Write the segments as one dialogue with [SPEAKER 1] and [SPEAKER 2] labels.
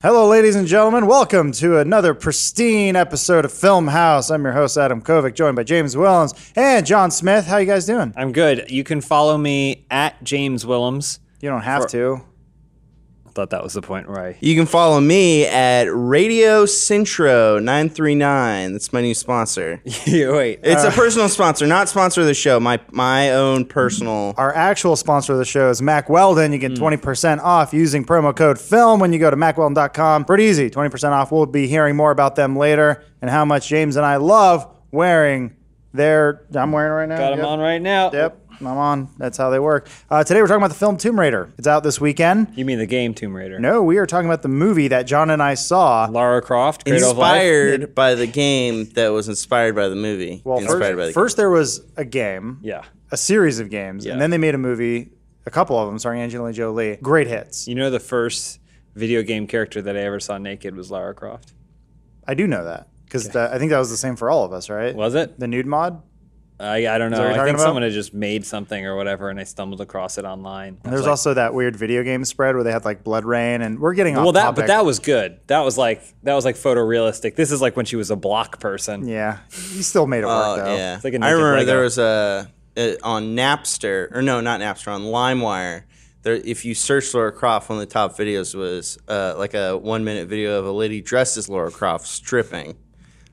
[SPEAKER 1] Hello, ladies and gentlemen. Welcome to another pristine episode of Film House. I'm your host Adam Kovic, joined by James Wellens and John Smith. How you guys doing?
[SPEAKER 2] I'm good. You can follow me at James Willems.
[SPEAKER 1] You don't have to.
[SPEAKER 2] I thought that was the point where I.
[SPEAKER 3] You can follow me at Radio Centro 939. That's my new sponsor.
[SPEAKER 2] Yeah, Wait.
[SPEAKER 3] It's a personal sponsor, not sponsor of the show. My my own personal.
[SPEAKER 1] Our actual sponsor of the show is Mac Weldon.
[SPEAKER 2] Hmm.
[SPEAKER 1] You get 20% off using promo code FILM when you go to macweldon.com. Pretty easy, 20% off. We'll be hearing more about them later and how much James and I love wearing their. I'm wearing it right now.
[SPEAKER 2] Got him
[SPEAKER 1] Yep.
[SPEAKER 2] on right now.
[SPEAKER 1] Yep, I'm on. That's how they work. Uh, today we're talking about the film Tomb Raider. It's out this weekend.
[SPEAKER 2] You mean the game Tomb Raider?
[SPEAKER 1] No, we are talking about the movie that John and I saw.
[SPEAKER 2] Lara Croft, Cradle of Life.
[SPEAKER 3] Inspired by the game that was inspired by the movie.
[SPEAKER 1] Well,
[SPEAKER 3] inspired
[SPEAKER 1] first,
[SPEAKER 3] by the
[SPEAKER 1] first there was a game,
[SPEAKER 2] Yeah.
[SPEAKER 1] a series of games,
[SPEAKER 2] Yeah.
[SPEAKER 1] and then they made a movie, a couple of them starring Angelina Jolie. Great hits.
[SPEAKER 2] You know the first video game character that I ever saw naked was Lara Croft.
[SPEAKER 1] I do know that because I think that was the same for all of us, right?
[SPEAKER 2] Was it?
[SPEAKER 1] the nude mod?
[SPEAKER 2] I, I don't know.
[SPEAKER 1] that what you're
[SPEAKER 2] I think
[SPEAKER 1] talking
[SPEAKER 2] someone
[SPEAKER 1] about?
[SPEAKER 2] had just made something or whatever, and I stumbled across it online. I was
[SPEAKER 1] There's
[SPEAKER 2] like,
[SPEAKER 1] also that weird video game spread where they had like blood rain, and we're getting
[SPEAKER 2] well
[SPEAKER 1] off
[SPEAKER 2] that,
[SPEAKER 1] topic.
[SPEAKER 2] but that was good. That was like that was like photorealistic. This is like when she was a block person.
[SPEAKER 1] yeah, you still made it
[SPEAKER 3] Oh,
[SPEAKER 1] work though.
[SPEAKER 3] yeah.
[SPEAKER 2] like a
[SPEAKER 3] I
[SPEAKER 2] naked
[SPEAKER 3] remember
[SPEAKER 2] Lego.
[SPEAKER 3] there was a, a on Napster or no, not Napster on LimeWire. There, if you search Laura Croft, one of the top videos was uh, like a one minute video of a lady dressed as Laura Croft stripping.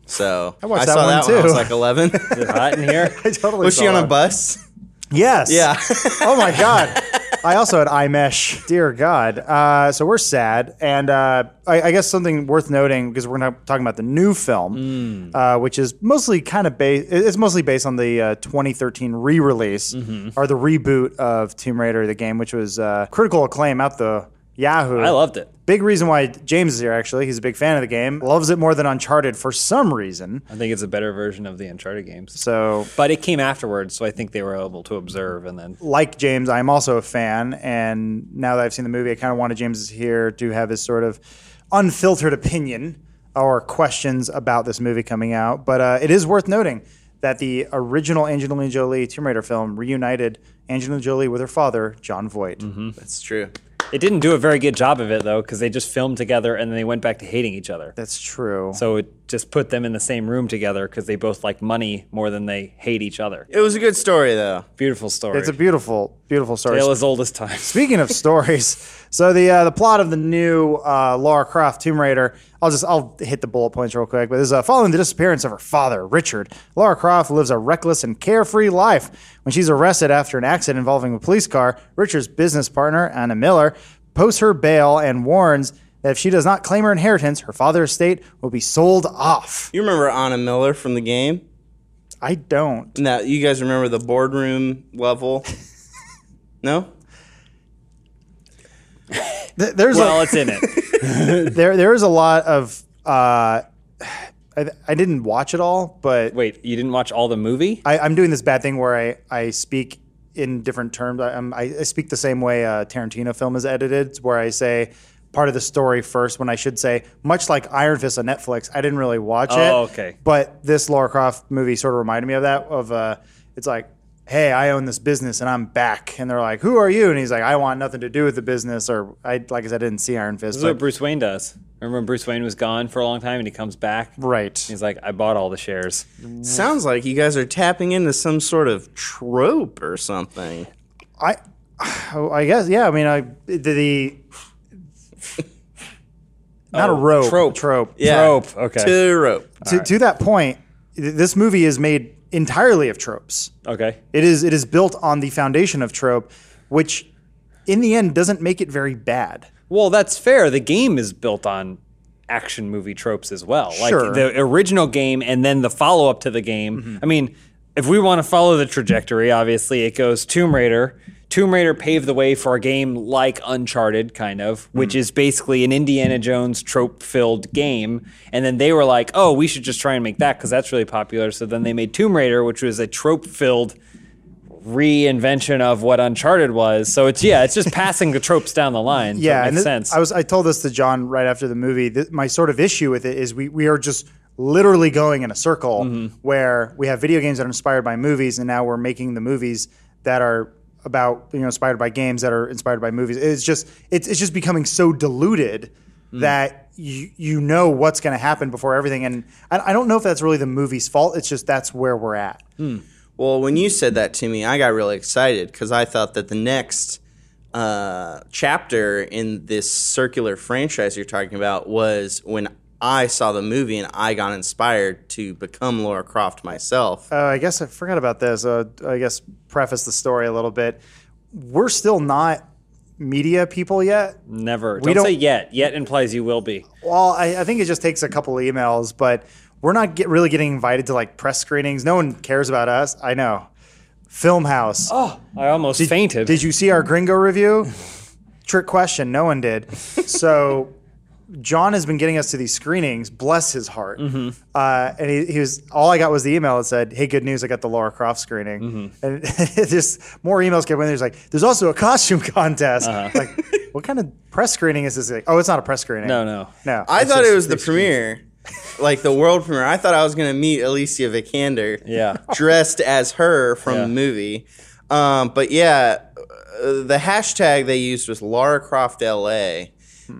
[SPEAKER 3] So I,
[SPEAKER 1] watched that
[SPEAKER 3] saw
[SPEAKER 1] one,
[SPEAKER 3] that when I
[SPEAKER 1] too.
[SPEAKER 3] was like eleven.
[SPEAKER 2] Is it hot in here?
[SPEAKER 1] I totally
[SPEAKER 3] was she
[SPEAKER 1] saw
[SPEAKER 3] on a
[SPEAKER 1] that.
[SPEAKER 3] bus?
[SPEAKER 1] Yes.
[SPEAKER 3] Yeah.
[SPEAKER 1] oh my god. I also had iMesh. Dear God. Uh, so we're sad, and uh, I, I guess something worth noting because we're not talking about the new film, uh, which is mostly kind of based. It's mostly based on the uh, 2013 re-release or the reboot of Tomb Raider, the game, which was uh, critical acclaim out the Yahoo.
[SPEAKER 2] I loved it.
[SPEAKER 1] Big reason why James is here. Actually, he's a big fan of the game. Loves it more than Uncharted for some reason.
[SPEAKER 2] I think it's a better version of the Uncharted games.
[SPEAKER 1] So
[SPEAKER 2] But it came afterwards, so I think they were able to observe and then
[SPEAKER 1] like James, I'm also a fan. And now that I've seen the movie, I kind of wanted James here to have his sort of unfiltered opinion or questions about this movie coming out. But uh, it is worth noting that the original Angelina Jolie Tomb Raider film reunited Angelina Jolie with her father, John Voight.
[SPEAKER 2] Mm-hmm.
[SPEAKER 3] That's true.
[SPEAKER 2] It didn't do a very good job of it though, because they just filmed together and then they went back to hating each other.
[SPEAKER 1] That's true.
[SPEAKER 2] So it just put them in the same room together because they both like money more than they hate each other.
[SPEAKER 3] It was a good story though.
[SPEAKER 2] Beautiful story.
[SPEAKER 1] it's a beautiful, beautiful story.
[SPEAKER 2] tale as old as time.
[SPEAKER 1] Speaking of stories, so the uh, the plot of the new uh, Lara Croft Tomb Raider. I'll just I'll hit the bullet points real quick. But there's uh, following the disappearance of her father, Richard. Lara Croft lives a reckless and carefree life. When she's arrested after an accident involving a police car, Richard's business partner Anna Miller posts her bail and warns that if she does not claim her inheritance, her father's estate will be sold off.
[SPEAKER 3] You remember Anna Miller from the game?
[SPEAKER 1] I don't.
[SPEAKER 3] Now you guys remember the boardroom level? no.
[SPEAKER 1] Th- There's
[SPEAKER 2] Well,
[SPEAKER 1] a,
[SPEAKER 2] it's in it.
[SPEAKER 1] there there is a lot of. Uh, I, I didn't watch it all, but
[SPEAKER 2] Wait, you didn't watch all the movie?
[SPEAKER 1] I, I'm doing this bad thing where I, I speak in different terms. I, I'm, I, I speak the same way a Tarantino film is edited, where I say part of the story first when I should say, much like Iron Fist on Netflix, I didn't really watch it.
[SPEAKER 2] Oh, okay.
[SPEAKER 1] But this Lara Croft movie sort of reminded me of that. Of uh, it's like, hey, I own this business and I'm back, and they're like, who are you? And he's like, I want nothing to do with the business. Or I like I said, I didn't see Iron Fist.
[SPEAKER 2] This is what
[SPEAKER 1] But,
[SPEAKER 2] Bruce Wayne does. Remember when Bruce Wayne was gone for a long time and he comes back?
[SPEAKER 1] right.
[SPEAKER 2] He's like, I bought all the shares.
[SPEAKER 3] Sounds like you guys are tapping into some sort of trope or something.
[SPEAKER 1] I, I guess yeah. I mean, I the, the not a
[SPEAKER 2] Oh,
[SPEAKER 1] rope
[SPEAKER 2] trope.
[SPEAKER 1] trope.
[SPEAKER 3] Yeah.
[SPEAKER 2] Trope, okay.
[SPEAKER 3] To rope.
[SPEAKER 1] To, to that point, th- this movie is made entirely of tropes.
[SPEAKER 2] Okay.
[SPEAKER 1] It is it is built on the foundation of trope, which in the end doesn't make it very bad.
[SPEAKER 2] Well, that's fair. The game is built on action movie tropes as well.
[SPEAKER 1] Sure. Mm-hmm.
[SPEAKER 2] Like the original game and then the follow up to the game. I mean, if we want to follow the trajectory, obviously it goes Tomb Raider. Tomb Raider paved the way for a game like Uncharted, kind of, which
[SPEAKER 1] Mm.
[SPEAKER 2] is basically an Indiana Jones trope filled game. And then they were like, oh, we should just try and make that because that's really popular. So then they made Tomb Raider, which was a trope filled reinvention of what Uncharted was. So it's, yeah, it's just passing the tropes down the line. So it
[SPEAKER 1] Yeah,
[SPEAKER 2] makes
[SPEAKER 1] and thi-
[SPEAKER 2] sense.
[SPEAKER 1] I was I told this to John right after the movie. Th- my sort of issue with it is we we are just literally going in a circle
[SPEAKER 2] Mm-hmm.
[SPEAKER 1] where we have video games that are inspired by movies, and now we're making the movies that are about you know inspired by games that are inspired by movies. It's just it's it's just becoming so diluted
[SPEAKER 2] Mm.
[SPEAKER 1] that you, you know what's going to happen before everything. And I, I don't know if that's really the movie's fault. It's just that's where we're at.
[SPEAKER 3] Well, when you said that to me, I got really excited because I thought that the next uh, chapter in this circular franchise you're talking about was when I saw the movie and I got inspired to become Laura Croft myself.
[SPEAKER 1] Uh, I guess I forgot about this. Uh, I guess preface the story a little bit. We're still not media people yet.
[SPEAKER 2] Never.
[SPEAKER 1] We
[SPEAKER 2] Don't, say
[SPEAKER 1] don't-
[SPEAKER 2] yet. Yet implies you will be.
[SPEAKER 1] Well, I, I think it just takes a couple emails, but we're not get, really getting invited to like press screenings. No one cares about us. I know. Film House.
[SPEAKER 2] Oh, I almost fainted.
[SPEAKER 1] Did you see our Gringo review? Trick question. No one did. So John has been getting us to these screenings. Bless his heart. Uh, and he, he was all I got was the email that said, "Hey, good news! I got the Laura Croft screening." And just more emails kept in. There's like, there's also a costume contest. Like, what kind of press screening is this? Like, oh, it's not a press screening.
[SPEAKER 2] no, no.
[SPEAKER 1] no.
[SPEAKER 3] I
[SPEAKER 1] it's
[SPEAKER 3] thought
[SPEAKER 1] just-
[SPEAKER 3] it was the premiere, like the world premiere. I thought I was going to meet Alicia Vikander.
[SPEAKER 2] Yeah.
[SPEAKER 3] dressed as her from
[SPEAKER 2] Yeah.
[SPEAKER 3] the movie. Um, but yeah, uh, the hashtag they used was Lara Croft LA,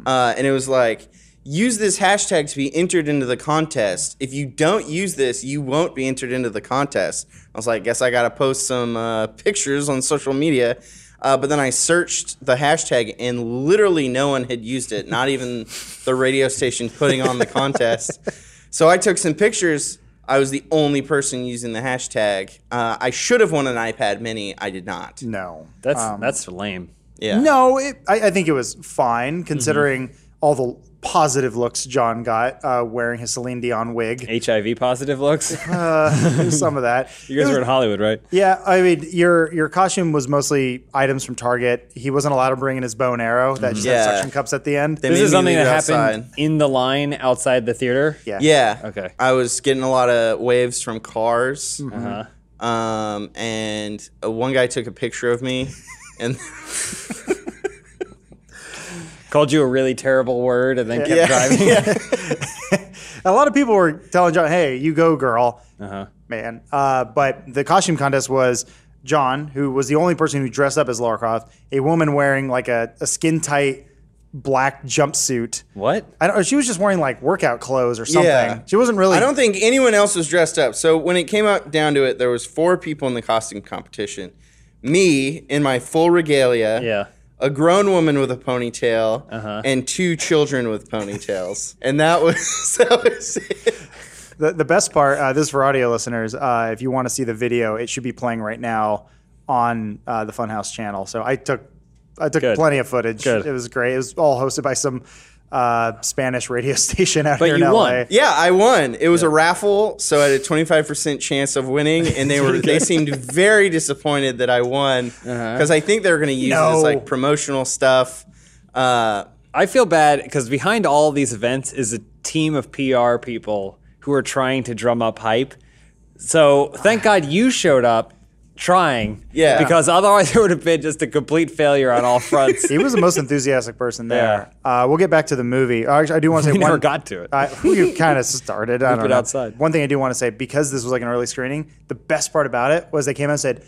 [SPEAKER 3] uh, and it was like use this hashtag to be entered into the contest. If you don't use this, you won't be entered into the contest. I was like, guess I gotta post some uh, pictures on social media. Uh, but then I searched the hashtag, and literally no one had used it. Not even the radio station putting on the contest. So I took some pictures. I was the only person using the hashtag. Uh, I should have won an iPad Mini. I did not.
[SPEAKER 1] no.
[SPEAKER 2] That's that's lame.
[SPEAKER 3] Yeah.
[SPEAKER 1] No, it, I, I think it was fine considering all the positive looks John got uh, wearing his Celine Dion wig.
[SPEAKER 2] HIV positive looks.
[SPEAKER 1] Uh, some of that.
[SPEAKER 2] you guys were in Hollywood, right?
[SPEAKER 1] Yeah, I mean, your your costume was mostly items from Target. He wasn't allowed to bring in his bow and arrow that just
[SPEAKER 3] Mm-hmm. Yeah.
[SPEAKER 1] had suction cups at the end.
[SPEAKER 3] They
[SPEAKER 2] This
[SPEAKER 3] made
[SPEAKER 2] is
[SPEAKER 3] me
[SPEAKER 2] something that
[SPEAKER 3] leave
[SPEAKER 2] happened
[SPEAKER 3] outside.
[SPEAKER 2] in the line outside the theater.
[SPEAKER 1] yeah.
[SPEAKER 3] Yeah.
[SPEAKER 2] Okay.
[SPEAKER 3] I was getting a lot of waves from cars.
[SPEAKER 2] Uh-huh.
[SPEAKER 3] Um, and uh, one guy took a picture of me. And
[SPEAKER 2] Called you a really terrible word and then kept
[SPEAKER 3] Yeah.
[SPEAKER 2] driving.
[SPEAKER 1] A lot of people were telling John, "Hey, you go, girl,
[SPEAKER 2] Uh-huh.
[SPEAKER 1] man." Uh, but the costume contest was John, who was the only person who dressed up as Lara Croft, a woman wearing like a, a skin tight black jumpsuit.
[SPEAKER 2] What?
[SPEAKER 1] I don't, she was just wearing like workout clothes or something.
[SPEAKER 3] Yeah.
[SPEAKER 1] She wasn't really.
[SPEAKER 3] I don't think anyone else was dressed up. So when it came out down to it, there was four people in the costume competition. Me in my full regalia.
[SPEAKER 2] Yeah.
[SPEAKER 3] a grown woman with a ponytail and two children with ponytails, and that was that was it.
[SPEAKER 1] The, the best part, uh, this is for audio listeners, uh, if you want to see the video, it should be playing right now on uh, the Funhouse channel. So I took I took
[SPEAKER 2] Good.
[SPEAKER 1] plenty of footage.
[SPEAKER 2] Good.
[SPEAKER 1] It was great. It was all hosted by some uh, Spanish radio station out
[SPEAKER 2] But
[SPEAKER 1] here
[SPEAKER 2] you
[SPEAKER 1] in
[SPEAKER 2] won.
[SPEAKER 1] LA.
[SPEAKER 3] Yeah, I won. It was a raffle, so I had a twenty five percent chance of winning, and they were they seemed very disappointed that I won because I think they were going to use it
[SPEAKER 1] No.
[SPEAKER 3] as like promotional stuff. Uh,
[SPEAKER 2] I feel bad because behind all these events is a team of PR people who are trying to drum up hype. So thank God you showed up trying.
[SPEAKER 3] Yeah.
[SPEAKER 2] Because otherwise it would have been just a complete failure on all fronts.
[SPEAKER 1] He was the most enthusiastic person there. Uh, we'll get back to the movie. Uh, Actually, I do want to say
[SPEAKER 2] We
[SPEAKER 1] one.
[SPEAKER 2] never got to it.
[SPEAKER 1] Uh, we kind of started. I don't
[SPEAKER 2] it
[SPEAKER 1] know.
[SPEAKER 2] outside.
[SPEAKER 1] One thing I do want to say because this was like an early screening, the best part about it was they came out and said,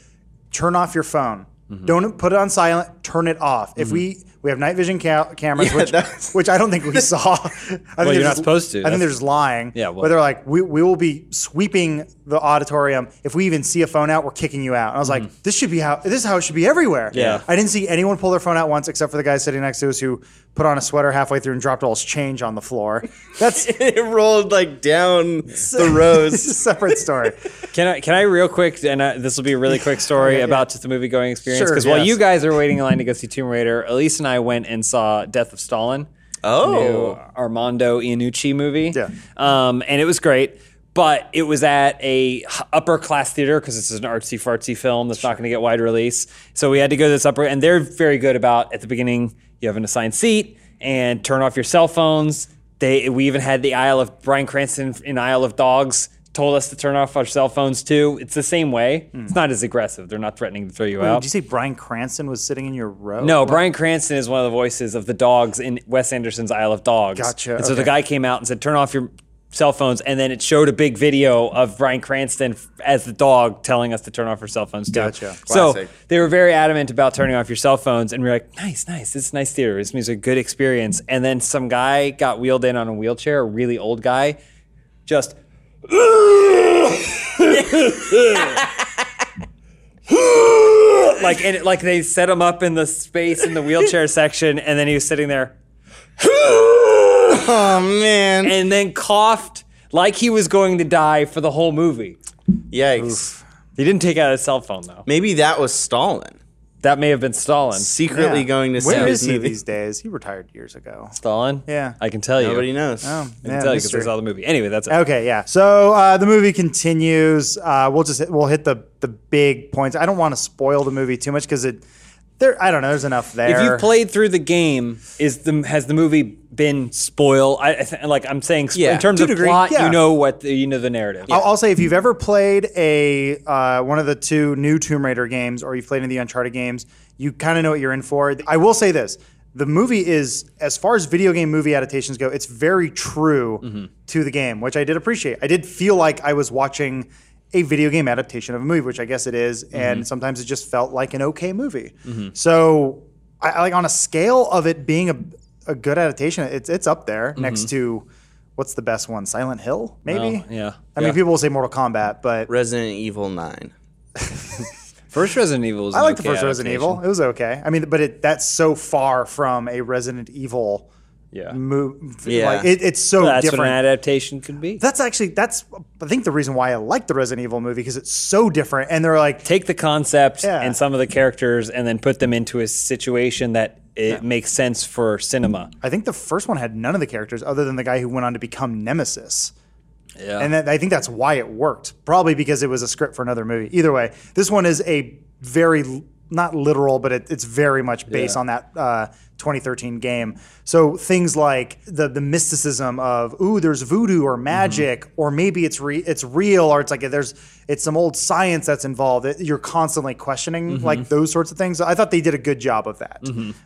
[SPEAKER 1] "Turn off your phone.
[SPEAKER 2] Mm-hmm.
[SPEAKER 1] Don't put it on silent. Turn it off." If we we have night vision ca- cameras,
[SPEAKER 3] Yeah,
[SPEAKER 1] which
[SPEAKER 3] that's-
[SPEAKER 1] which I don't think we saw. I think they're
[SPEAKER 2] you're not
[SPEAKER 1] just-
[SPEAKER 2] supposed to.
[SPEAKER 1] I think
[SPEAKER 2] That's-
[SPEAKER 1] they're just lying.
[SPEAKER 2] Yeah, well-
[SPEAKER 1] but they're like, we, we will be sweeping the auditorium. If we even see a phone out, we're kicking you out. And I was like, this should be how this is how it should be everywhere.
[SPEAKER 2] Mm-hmm. Yeah.
[SPEAKER 1] I didn't see anyone pull their phone out once, except for the guy sitting next to us who put on a sweater halfway through and dropped all his change on the floor. That's
[SPEAKER 3] it rolled like down the
[SPEAKER 1] a
[SPEAKER 3] rows.
[SPEAKER 1] separate story.
[SPEAKER 2] Can I can I real quick and uh, this will be a really quick story about just the movie going experience
[SPEAKER 1] Sure,
[SPEAKER 2] because while
[SPEAKER 1] yes.
[SPEAKER 2] you guys are waiting in line to go see Tomb Raider, Elise and I went and saw Death of Stalin.
[SPEAKER 3] Oh,
[SPEAKER 2] New Armando Iannucci movie.
[SPEAKER 1] Yeah.
[SPEAKER 2] Um, and it was great. But it was at a upper class theater because it's an artsy fartsy film that's not going to get wide release. So we had to go to this upper, and they're very good about at the beginning you have an assigned seat and turn off your cell phones. They we even had the Isle of Brian Cranston in Isle of Dogs told us to turn off our cell phones too. It's the same way. It's not as aggressive. They're not threatening to throw you out.
[SPEAKER 1] Did you say Brian Cranston was sitting in your row?
[SPEAKER 2] No, Brian Cranston is one of the voices of the dogs in Wes Anderson's Isle of Dogs.
[SPEAKER 1] Gotcha,
[SPEAKER 2] And so the
[SPEAKER 1] okay.
[SPEAKER 2] guy came out and said, "Turn off your cell phones, and then it showed a big video of Brian Cranston f- as the dog telling us to turn off our cell phones. Too.
[SPEAKER 1] Gotcha.
[SPEAKER 2] So
[SPEAKER 3] Classic.
[SPEAKER 2] they were very adamant about turning off your cell phones, and we are like, nice, nice. This is nice theater. This means a good experience. And then some guy got wheeled in on a wheelchair, a really old guy, just. like and it- like they set him up in the space in the wheelchair section, and then he was sitting there
[SPEAKER 3] Oh man!
[SPEAKER 2] and then coughed like he was going to die for the whole movie.
[SPEAKER 3] Yikes!
[SPEAKER 2] He didn't take out his cell phone though.
[SPEAKER 3] Maybe that was Stalin
[SPEAKER 2] That may have been Stalin.
[SPEAKER 3] secretly
[SPEAKER 1] Yeah.
[SPEAKER 3] going to
[SPEAKER 1] Where
[SPEAKER 3] see
[SPEAKER 1] is
[SPEAKER 3] his
[SPEAKER 1] he
[SPEAKER 3] movie.
[SPEAKER 1] these days? He retired years ago.
[SPEAKER 2] Stalin?
[SPEAKER 1] Yeah.
[SPEAKER 2] I can tell you.
[SPEAKER 3] Nobody knows.
[SPEAKER 1] Oh,
[SPEAKER 2] I can
[SPEAKER 1] yeah,
[SPEAKER 2] tell you because I
[SPEAKER 1] mystery.
[SPEAKER 2] saw the movie. Anyway, that's it.
[SPEAKER 1] Okay, yeah. So uh, the movie continues. Uh, we'll just hit, we'll hit the the big points. I don't want to spoil the movie too much because it there. I don't know. There's enough there.
[SPEAKER 2] If you played through the game, is the has the movie been spoiled? I, I th- like I'm saying sp-
[SPEAKER 3] Yeah.
[SPEAKER 2] in terms
[SPEAKER 1] To
[SPEAKER 2] of
[SPEAKER 1] a degree,
[SPEAKER 2] plot,
[SPEAKER 1] yeah.
[SPEAKER 2] you know what the, you know the narrative.
[SPEAKER 1] I'll, I'll say if you've ever played a uh, one of the two new Tomb Raider games, or you've played any of the Uncharted games, you kind of know what you're in for. I will say this: the movie is, as far as video game movie adaptations go, it's very true to the game, which I did appreciate. I did feel like I was watching a video game adaptation of a movie, which I guess it is, and sometimes it just felt like an okay movie. So, I, I like on a scale of it being a a good adaptation, it's it's up there next to. What's the best one? Silent Hill, maybe.
[SPEAKER 2] Oh, yeah.
[SPEAKER 1] I mean,
[SPEAKER 2] Yeah.
[SPEAKER 1] people will say Mortal Kombat, but
[SPEAKER 3] Resident Evil Nine.
[SPEAKER 2] First Resident Evil was
[SPEAKER 1] I
[SPEAKER 2] an
[SPEAKER 1] like the
[SPEAKER 2] okay
[SPEAKER 1] first Resident
[SPEAKER 2] adaptation.
[SPEAKER 1] Evil. It was okay. I mean, but it that's so far from a Resident Evil
[SPEAKER 2] Yeah.
[SPEAKER 1] move.
[SPEAKER 3] Yeah.
[SPEAKER 1] Like, it, it's so
[SPEAKER 2] That's what
[SPEAKER 1] different.
[SPEAKER 2] an adaptation could be.
[SPEAKER 1] that's actually that's I think the reason why I like the Resident Evil movie because it's so different, and they're like,
[SPEAKER 2] Take the concept
[SPEAKER 1] Yeah.
[SPEAKER 2] and some of the characters and then put them into a situation that it makes sense for cinema.
[SPEAKER 1] I think the first one had none of the characters other than the guy who went on to become Nemesis.
[SPEAKER 2] Yeah.
[SPEAKER 1] And that, I think that's why it worked, probably because it was a script for another movie. Either way, this one is a very, l- not literal, but it, it's very much based
[SPEAKER 2] Yeah.
[SPEAKER 1] on that uh, 2013 game. So things like the the mysticism of, ooh, there's voodoo
[SPEAKER 2] Mm-hmm.
[SPEAKER 1] or magic, or maybe it's re- it's real, or it's like there's it's some old science that's involved. It- you're constantly questioning
[SPEAKER 2] Mm-hmm.
[SPEAKER 1] like those sorts of things. I thought they did a good job of that.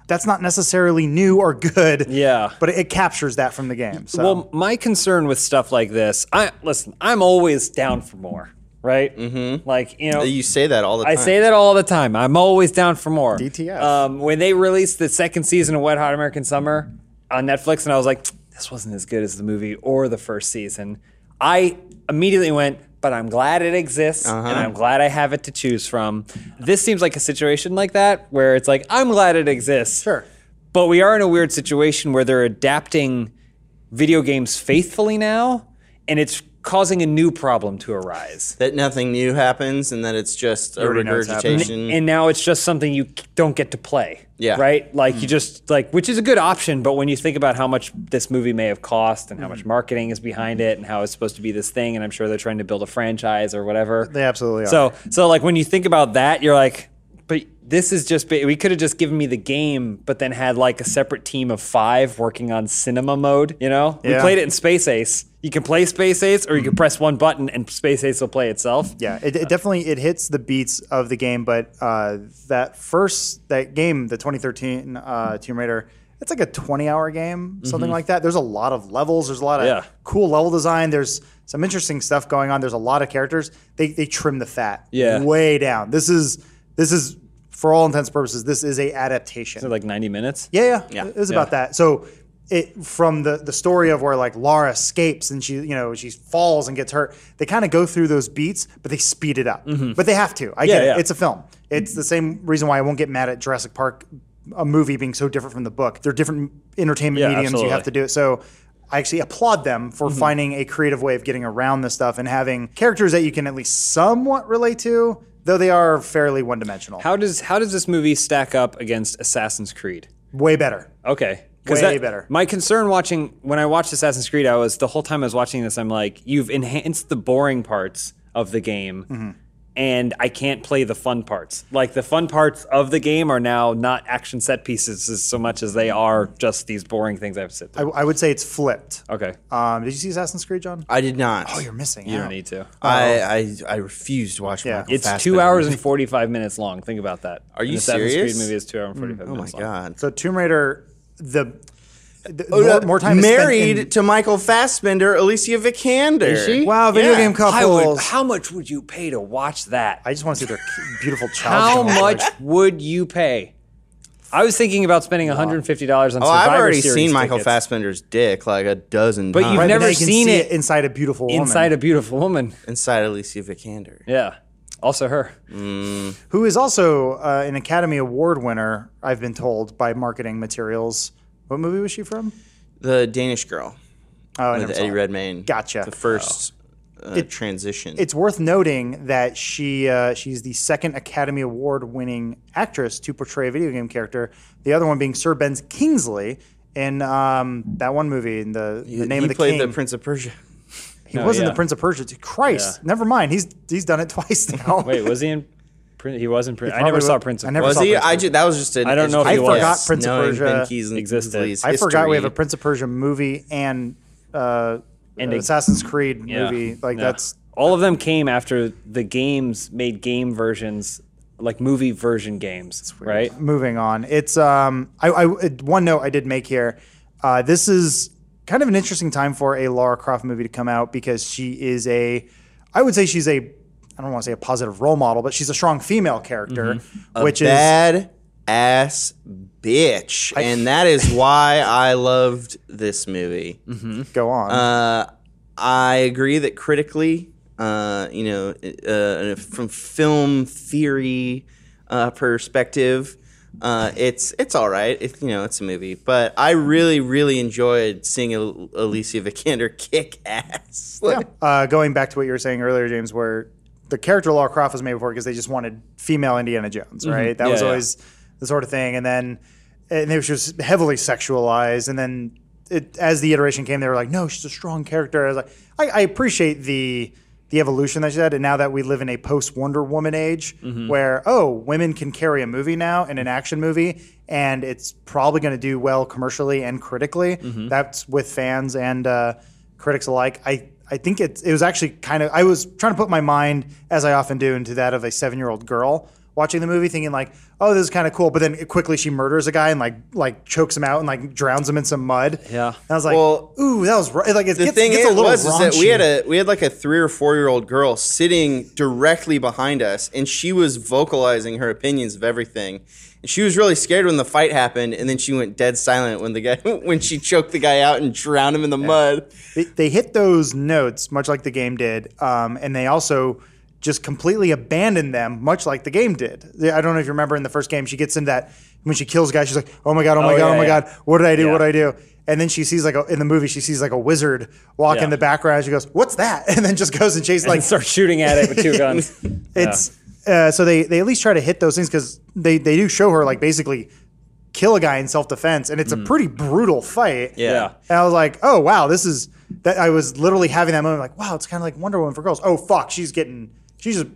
[SPEAKER 1] That's not necessarily new or good.
[SPEAKER 2] Yeah.
[SPEAKER 1] But it, it captures that from the game. So.
[SPEAKER 2] Well, um, my concern with stuff like this, I listen, I'm always down for more, right? Mm-hmm. Like, you know,
[SPEAKER 3] You say that all the time.
[SPEAKER 2] I say that all the time. I'm always down for more.
[SPEAKER 1] DTF.
[SPEAKER 2] Um, when they released the second season of Wet Hot American Summer on Netflix, and I was like, this wasn't as good as the movie or the first season, I immediately went, but I'm glad it exists and
[SPEAKER 3] Uh-huh.
[SPEAKER 2] I'm glad I have it to choose from. This seems like a situation like that where it's like, I'm glad it exists.
[SPEAKER 1] Sure.
[SPEAKER 2] But we are in a weird situation where they're adapting video games faithfully now, and it's causing a new problem to arise.
[SPEAKER 3] that nothing new happens and that it's just a
[SPEAKER 1] already know it's
[SPEAKER 3] regurgitation.
[SPEAKER 1] Mm.
[SPEAKER 2] and now it's just something you don't get to play.
[SPEAKER 3] Yeah.
[SPEAKER 2] Right? Like
[SPEAKER 1] Mm.
[SPEAKER 2] you just like which is a good option, but when you think about how much this movie may have cost and
[SPEAKER 1] Mm.
[SPEAKER 2] how much marketing is behind it and how it's supposed to be this thing and I'm sure they're trying to build a franchise or whatever.
[SPEAKER 1] They absolutely are.
[SPEAKER 2] So so like when you think about that, you're like but this is just ba- we could have just given me the game but then had like a separate team of 5 working on cinema mode, you know? We
[SPEAKER 1] Yeah. Mm.
[SPEAKER 2] played it in Space Ace. You can play Space Ace or you can press one button and Space Ace will play itself.
[SPEAKER 1] Yeah, it, it definitely it hits the beats of the game, but uh, that first that game, the 2013 uh, Tomb Raider, it's like a 20 hour game, something like that. There's a lot of levels. There's a lot of
[SPEAKER 2] Mm-hmm. Yeah.
[SPEAKER 1] cool level design. There's some interesting stuff going on. There's a lot of characters. They they trim the fat
[SPEAKER 2] Yeah.
[SPEAKER 1] way down. This is this is for all intents and purposes this is a adaptation.
[SPEAKER 2] Like 90 minutes.
[SPEAKER 1] Yeah, yeah,
[SPEAKER 3] Yeah.
[SPEAKER 1] It was about that. So it from the the story of where like Laura escapes and she you know she falls and gets hurt. They kind of go through those beats, but they speed it up. But they have to. I get it.
[SPEAKER 2] Mm-hmm. yeah.
[SPEAKER 1] It's a film. It's the same reason why I won't get mad at Jurassic Park, a movie being so different from the book. They're different entertainment
[SPEAKER 2] Yeah,
[SPEAKER 1] mediums. You have
[SPEAKER 2] absolutely. Mm-hmm.
[SPEAKER 1] to do it. So. I actually applaud them for finding a creative way of getting around this stuff and having characters that you can at least somewhat relate to, though they are fairly one dimensional.
[SPEAKER 2] How does how does this movie stack up against Assassin's Creed?
[SPEAKER 1] Way better.
[SPEAKER 2] Okay. 'Cause
[SPEAKER 1] Way better.
[SPEAKER 2] My concern watching when I watched Assassin's Creed, I was the whole time I was watching this, I'm like, you've enhanced the boring parts of the game,
[SPEAKER 1] Mm-hmm.
[SPEAKER 2] and I can't play the fun parts. Like the fun parts of the game are now not action set pieces as so much as they are just these boring things I have to sit
[SPEAKER 1] I,
[SPEAKER 2] through.
[SPEAKER 1] I would say it's flipped.
[SPEAKER 2] okay.
[SPEAKER 1] Um, did you see Assassin's Creed, John?
[SPEAKER 3] I did not.
[SPEAKER 1] Oh, you're missing.
[SPEAKER 2] You
[SPEAKER 1] out.
[SPEAKER 2] don't need to.
[SPEAKER 3] I, I I refuse to watch.
[SPEAKER 1] Yeah.
[SPEAKER 3] Michael
[SPEAKER 2] It's
[SPEAKER 3] Fassbender.
[SPEAKER 2] two hours and forty five minutes long. Think about that.
[SPEAKER 3] Are you
[SPEAKER 2] An Assassin's
[SPEAKER 3] serious? Mm,
[SPEAKER 2] Creed movie is two hours and forty five
[SPEAKER 3] Oh my
[SPEAKER 2] minutes long.
[SPEAKER 3] god.
[SPEAKER 1] So Tomb Raider, the th-
[SPEAKER 2] Oh,
[SPEAKER 1] more, more time is spent
[SPEAKER 3] Oh, married
[SPEAKER 1] in-
[SPEAKER 3] to Michael Fassbender, Alicia Vikander.
[SPEAKER 4] Is she?
[SPEAKER 1] wow, video
[SPEAKER 3] Yeah.
[SPEAKER 1] game
[SPEAKER 2] I
[SPEAKER 1] couples. I,
[SPEAKER 2] would, how much would you pay to watch that?
[SPEAKER 1] just want to see their cu- beautiful
[SPEAKER 2] How
[SPEAKER 1] child.
[SPEAKER 2] much would you pay? I was thinking about spending $150 on Survivor
[SPEAKER 3] Oh, I've already
[SPEAKER 2] Series
[SPEAKER 3] seen Michael
[SPEAKER 2] tickets
[SPEAKER 3] Fassbender's dick like a dozen
[SPEAKER 2] But
[SPEAKER 3] times.
[SPEAKER 2] you've
[SPEAKER 1] Right, but
[SPEAKER 2] never
[SPEAKER 1] now you can
[SPEAKER 2] seen
[SPEAKER 1] see
[SPEAKER 2] it
[SPEAKER 1] inside a beautiful woman.
[SPEAKER 2] inside a beautiful woman.
[SPEAKER 3] inside Alicia Vikander.
[SPEAKER 2] Yeah. Also her.
[SPEAKER 1] who is also uh, an Academy Award winner, I've been told by marketing materials. What movie was she from?
[SPEAKER 3] The Danish girl
[SPEAKER 1] Oh, I
[SPEAKER 3] with
[SPEAKER 1] never saw
[SPEAKER 3] Eddie
[SPEAKER 1] it.
[SPEAKER 3] Redmayne.
[SPEAKER 1] Gotcha. Oh.
[SPEAKER 3] The first uh, transition.
[SPEAKER 1] It's worth noting that she uh, she's the second Academy Award winning actress to portray a video game character. The other one being Sir Ben Kingsley in um, that one movie in the, the name
[SPEAKER 3] he
[SPEAKER 1] of the
[SPEAKER 3] played
[SPEAKER 1] king.
[SPEAKER 3] the Prince of Persia.
[SPEAKER 1] he wasn't
[SPEAKER 2] yeah.
[SPEAKER 1] the Prince of Persia. Dude, Christ, never mind. He's he's done it twice now.
[SPEAKER 2] Wait, was he in Prince? He was in Prince. I
[SPEAKER 1] probably
[SPEAKER 2] never saw
[SPEAKER 1] was.
[SPEAKER 2] Prince.
[SPEAKER 1] I
[SPEAKER 2] of
[SPEAKER 1] never
[SPEAKER 2] Persia.
[SPEAKER 3] Was
[SPEAKER 1] saw
[SPEAKER 3] he?
[SPEAKER 1] Prince
[SPEAKER 3] I
[SPEAKER 1] of
[SPEAKER 3] ju- that was just an.
[SPEAKER 2] I don't know if he
[SPEAKER 3] educational
[SPEAKER 2] was.
[SPEAKER 1] I forgot
[SPEAKER 3] guess,
[SPEAKER 1] Prince of
[SPEAKER 3] knowing
[SPEAKER 1] Persia
[SPEAKER 3] Ben Keasley's-
[SPEAKER 2] existed.
[SPEAKER 3] Keasley's
[SPEAKER 1] I forgot we have a
[SPEAKER 3] history.
[SPEAKER 1] Prince of Persia movie and uh,
[SPEAKER 2] And
[SPEAKER 1] uh,
[SPEAKER 2] a-
[SPEAKER 1] Assassin's Creed
[SPEAKER 2] Yeah.
[SPEAKER 1] movie. Like
[SPEAKER 2] Yeah.
[SPEAKER 1] that's
[SPEAKER 2] all of them came after the games made game versions, like movie version games, right?
[SPEAKER 1] moving on. It's um, I, I one note I did make here. Uh, this is kind of an interesting time for a Lara Croft movie to come out because she is a, I would say she's a, I don't want to say a positive role model, but she's a strong female character,
[SPEAKER 2] Mm-hmm.
[SPEAKER 1] which is
[SPEAKER 3] bad ass bitch, and that is why I loved this movie.
[SPEAKER 1] go on.
[SPEAKER 3] Uh, I agree that critically, uh, you know, uh, from film theory uh, perspective, uh, it's it's all right. It, you know, it's a movie, but I really really enjoyed seeing Al- Alicia Vikander kick ass. Like,
[SPEAKER 1] uh, going back to what you were saying earlier, James, where the character Lara Croft was made before because they just wanted female Indiana Jones, right? That
[SPEAKER 2] Mm-hmm. Yeah,
[SPEAKER 1] was
[SPEAKER 2] yeah.
[SPEAKER 1] always the sort of thing, and then and it was just heavily sexualized, and then it, as the iteration came, they were like, "No, she's a strong character." I was like, I, I appreciate the the evolution that she had, and now that we live in a post Wonder Woman age,
[SPEAKER 2] Mm-hmm.
[SPEAKER 1] where oh, women can carry a movie now in an action movie, and it's probably going to do well commercially and critically.
[SPEAKER 2] Mm-hmm.
[SPEAKER 1] That's with fans and uh, critics alike. I I think it it was actually kind of I was trying to put my mind as I often do into that of a seven year old girl watching the movie, thinking like, oh, this is kind of cool. But then quickly she murders a guy and like like chokes him out and like drowns him in some mud.
[SPEAKER 2] Yeah.
[SPEAKER 1] and I was like,
[SPEAKER 3] Well,
[SPEAKER 1] ooh, that was ri- like it
[SPEAKER 3] the
[SPEAKER 1] gets,
[SPEAKER 3] thing
[SPEAKER 1] it gets
[SPEAKER 3] is,
[SPEAKER 1] a little
[SPEAKER 3] was is that we
[SPEAKER 1] raunchy.
[SPEAKER 3] had a we had like a three or four year old girl sitting directly behind us, and she was vocalizing her opinions of everything. And she was really scared when the fight happened, and then she went dead silent when the guy when she choked the guy out and drowned him in the mud.
[SPEAKER 1] they, they hit those notes much like the game did, um, and they also just completely abandoned them, much like the game did. The- I don't know if you remember in the first game, she gets in that when she kills guys, she's like, "Oh my god, oh my
[SPEAKER 2] Oh,
[SPEAKER 1] god,
[SPEAKER 2] yeah,
[SPEAKER 1] oh my
[SPEAKER 2] yeah.
[SPEAKER 1] god, what did I do?
[SPEAKER 2] Yeah.
[SPEAKER 1] What did I do?" And then she sees like a, in the movie, she sees like a wizard walk
[SPEAKER 2] Yeah.
[SPEAKER 1] in the background. She goes, "What's that?" And then just goes and chases like
[SPEAKER 2] and start shooting at it with two guns.
[SPEAKER 1] it's uh, so they they at least try to hit those things because they they do show her like basically kill a guy in self defense, and it's a pretty brutal fight.
[SPEAKER 3] Yeah.
[SPEAKER 2] Mm. yeah.
[SPEAKER 1] And I was like, oh wow, this is that. I was literally having that moment like, wow, it's kind of like Wonder Woman for girls. Oh fuck, she's getting she's just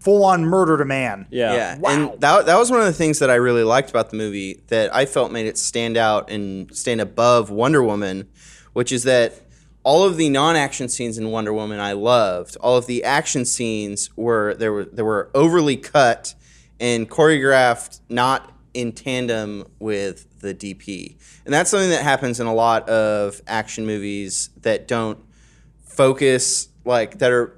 [SPEAKER 1] full on murdered a man.
[SPEAKER 2] Yeah.
[SPEAKER 3] Yeah, and that that was one of the things that I really liked about the movie that I felt made it stand out and stand above Wonder Woman, which is that all of the non-action scenes in Wonder Woman I loved. All of the action scenes were there were there were overly cut and choreographed not in tandem with the DP. And that's something that happens in a lot of action movies that don't focus like that are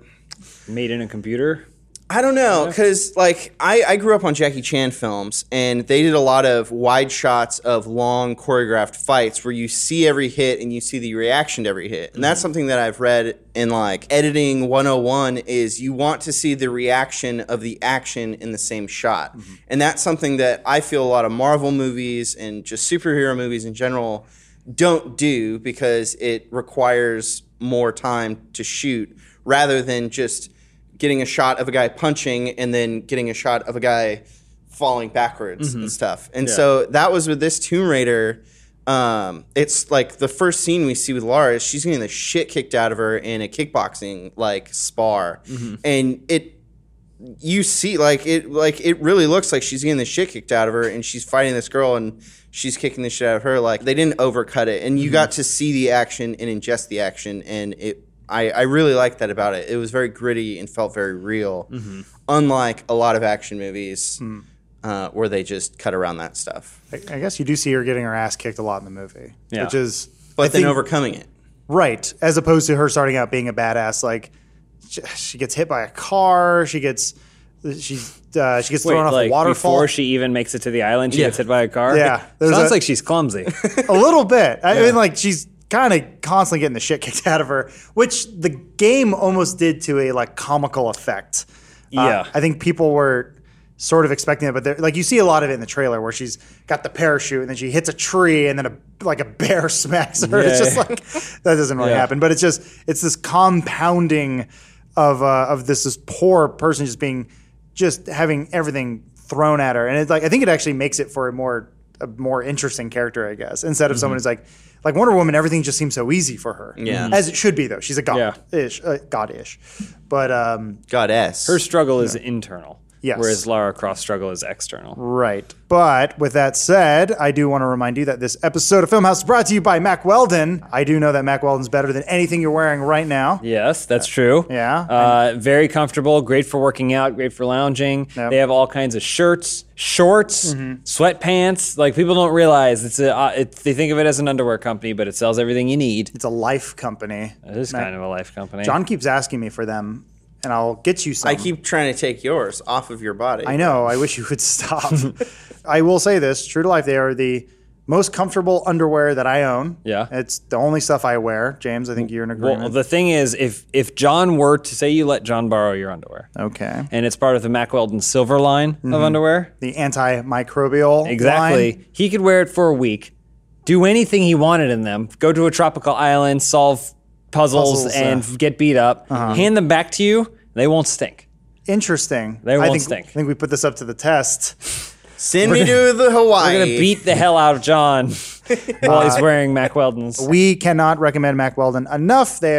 [SPEAKER 2] Made in a computer.
[SPEAKER 3] I don't know, because like I, I grew up on Jackie Chan films, and they did a lot of wide shots of long choreographed fights where you see every hit and you see the reaction to every hit, and that's something that I've read in like editing 101 is you want to see the reaction of the action in the same shot, and that's something that I feel a lot of Marvel movies and just superhero movies in general don't do because it requires more time to shoot rather than just getting a shot of a guy punching and then getting a shot of a guy falling backwards and stuff. And so that was with this Tomb Raider. Um, it's like the first scene we see with Lara is she's getting the shit kicked out of her in a kickboxing like spar, and it you see like it like it really looks like she's getting the shit kicked out of her and she's fighting this girl and she's kicking the shit out of her like they didn't overcut it and you
[SPEAKER 1] Mm-hmm.
[SPEAKER 3] got to see the action and ingest the action and it I, I really liked that about
[SPEAKER 1] Mm-hmm. Hmm.
[SPEAKER 3] it it was very gritty and felt very real unlike a lot of action movies uh, where they just cut around that stuff,
[SPEAKER 1] I, I guess you do see her getting her ass kicked a lot in the movie,
[SPEAKER 2] Yeah.
[SPEAKER 1] which is
[SPEAKER 3] but
[SPEAKER 1] I
[SPEAKER 3] then
[SPEAKER 1] think-
[SPEAKER 3] overcoming it.
[SPEAKER 1] right as opposed to her starting out being a badass. Like she, she gets hit by a car, she gets she's uh, she gets
[SPEAKER 2] Wait,
[SPEAKER 1] thrown off
[SPEAKER 2] like
[SPEAKER 1] a waterfall
[SPEAKER 2] before she even makes it to the island, she
[SPEAKER 3] Yeah.
[SPEAKER 2] gets hit by a car.
[SPEAKER 1] Yeah, there's
[SPEAKER 2] sounds
[SPEAKER 1] a-
[SPEAKER 2] like she's clumsy.
[SPEAKER 1] a little bit. I mean, like she's kind of constantly getting the shit kicked out of her, which the game almost did to a like comical effect. Uh,
[SPEAKER 2] Yeah.
[SPEAKER 1] I think people were sort of expecting it, but they're- like you see a lot of it in the trailer where she's got the parachute and then she hits a tree and then a like a bear smacks her. It's
[SPEAKER 2] Yeah.
[SPEAKER 1] just like that doesn't really
[SPEAKER 2] Yeah.
[SPEAKER 1] happen, but it's just it's this compounding of uh, of this this poor person just being just having everything thrown at her, and it's like I think it actually makes it for a more a more interesting character, I guess, instead of
[SPEAKER 2] Mm-hmm.
[SPEAKER 1] someone who's like like Wonder Woman, everything just seems so easy for her,
[SPEAKER 3] Yeah.
[SPEAKER 1] as it should be though. She's a
[SPEAKER 2] Yeah.
[SPEAKER 1] god ish, uh, god ish, but um,
[SPEAKER 3] Goddess.
[SPEAKER 2] Her struggle is internal,
[SPEAKER 1] Yes.
[SPEAKER 2] whereas Lara Croft's struggle is external.
[SPEAKER 1] Right. But with that said, I do want to remind you that this episode of Film House is brought to you by Mac Weldon. I do know that Mac Weldon's better than anything you're wearing right now.
[SPEAKER 2] Yes, that's true.
[SPEAKER 1] yeah.
[SPEAKER 2] Uh, very comfortable, great for working out, great for lounging.
[SPEAKER 1] Yep. Mm-hmm.
[SPEAKER 2] They have all kinds of shirts, shorts, sweatpants. Like people don't realize it's a, uh, it, they think of it as an underwear company, but it sells everything you need.
[SPEAKER 1] It's a life company.
[SPEAKER 2] It is kind of a life company.
[SPEAKER 1] John keeps asking me for them, and I'll get you some.
[SPEAKER 3] I keep trying to take yours off of your body.
[SPEAKER 1] I know. I wish you would stop. I will say this true to life, they are the most comfortable underwear that I own.
[SPEAKER 2] Yeah.
[SPEAKER 1] It's the only stuff I wear. James, I think you're in
[SPEAKER 2] well,
[SPEAKER 1] agreement.
[SPEAKER 2] the thing is, if if John were to say you let John borrow your underwear,
[SPEAKER 1] okay.
[SPEAKER 2] and it's part of the Mack Weldon Silver line
[SPEAKER 1] Mm-hmm.
[SPEAKER 2] of underwear,
[SPEAKER 1] The antimicrobial.
[SPEAKER 2] Exactly.
[SPEAKER 1] line.
[SPEAKER 2] He could wear it for a week, do anything he wanted in them, go to a tropical island, solve puzzles,
[SPEAKER 1] Puzzles, Uh-huh.
[SPEAKER 2] and get beat up, hand them back to you, they won't stink.
[SPEAKER 1] Interesting.
[SPEAKER 2] They
[SPEAKER 1] I
[SPEAKER 2] won't
[SPEAKER 1] think,
[SPEAKER 2] stink.
[SPEAKER 1] I think we put this up to the test.
[SPEAKER 3] Send me to the Hawaii.
[SPEAKER 2] We're going to beat the hell out of John while
[SPEAKER 1] Uh,
[SPEAKER 2] he's wearing Mack Weldon's.
[SPEAKER 1] We cannot recommend Mac Weldon enough. They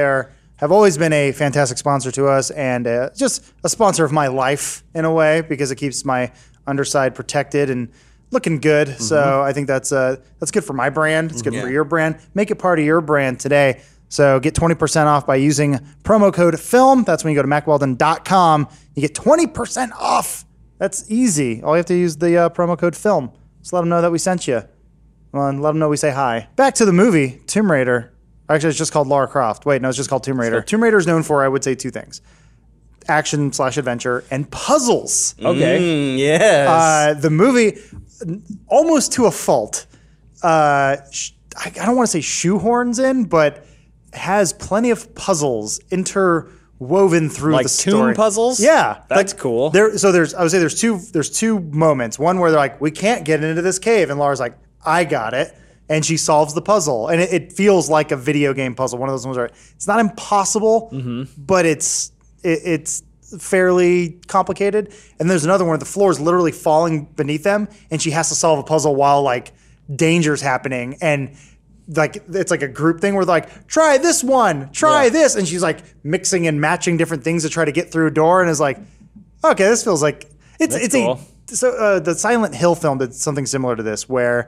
[SPEAKER 1] have always been a fantastic sponsor to us and uh, just a sponsor of my life in a way because it keeps my underside protected and looking good. So I think that's uh, that's good for my brand. It's good for your brand. Make it part of your brand today. So get 20% off by using promo code FILM. That's when you go to macweldon.com. You get 20% off. That's easy. All you have to use the uh, promo code FILM. Just let them know that we sent you. Well, and let them know we say hi. Back to the movie, Tomb Raider. Actually, it's just called Lara Croft. Wait, no, it's just called Tomb Raider. Tomb Raider is known for, I would say, two things action slash adventure and puzzles.
[SPEAKER 2] Okay.
[SPEAKER 3] Mm, yes.
[SPEAKER 1] Uh, the movie, n- almost to a fault, uh, sh- I, I don't want to say shoehorns in, but has plenty of puzzles interwoven through
[SPEAKER 2] Like
[SPEAKER 1] the
[SPEAKER 2] tomb
[SPEAKER 1] story.
[SPEAKER 2] puzzles?
[SPEAKER 1] Yeah,
[SPEAKER 2] That's cool.
[SPEAKER 1] There, so there's, I would say there's two there's two moments. One where they're like, we can't get into this cave, and Laura's like, I got it. And she solves the puzzle, and it, it feels like a video game puzzle. One of those ones where it's not impossible,
[SPEAKER 2] Mm-hmm.
[SPEAKER 1] but it's it, it's fairly complicated. And there's another one where the floor is literally falling beneath them, and she has to solve a puzzle while like danger's happening. And like it's like a group thing where they're like try this one, try
[SPEAKER 2] Yeah.
[SPEAKER 1] this, and she's like mixing and matching different things to try to get through a door, and is like, okay, this feels like it's
[SPEAKER 2] That's
[SPEAKER 1] it's
[SPEAKER 2] cool.
[SPEAKER 1] a so uh, the Silent Hill film did something similar to this where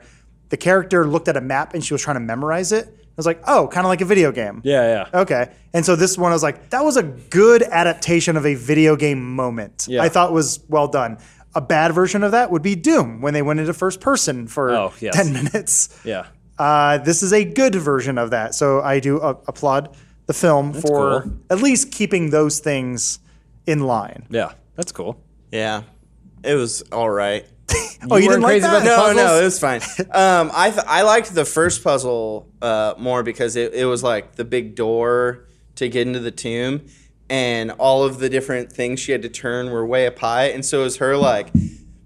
[SPEAKER 1] the character looked at a map and she was trying to memorize it. I was like, oh, kind of like a video game.
[SPEAKER 2] Yeah, yeah.
[SPEAKER 1] Okay. And so this one, I was like, that was a good adaptation of a video game moment.
[SPEAKER 2] Yeah.
[SPEAKER 1] I thought was well done. A bad version of that would be Doom when they went into first person for
[SPEAKER 2] Oh, yes.
[SPEAKER 1] 10 minutes.
[SPEAKER 2] Yeah.
[SPEAKER 1] Uh, this is a good version of that. So I do uh, applaud the film for
[SPEAKER 2] cool.
[SPEAKER 1] at least keeping those things in line.
[SPEAKER 2] Yeah. That's cool.
[SPEAKER 3] yeah. It was all right.
[SPEAKER 1] oh, you
[SPEAKER 2] weren't
[SPEAKER 1] didn't like
[SPEAKER 2] crazy
[SPEAKER 1] that?
[SPEAKER 2] about the
[SPEAKER 3] no,
[SPEAKER 2] puzzles?
[SPEAKER 3] no, it was fine. Um, I th- I liked the first puzzle uh, more because it, it was like the big door to get into the tomb, and all of the different things she had to turn were way up high, and so it was her like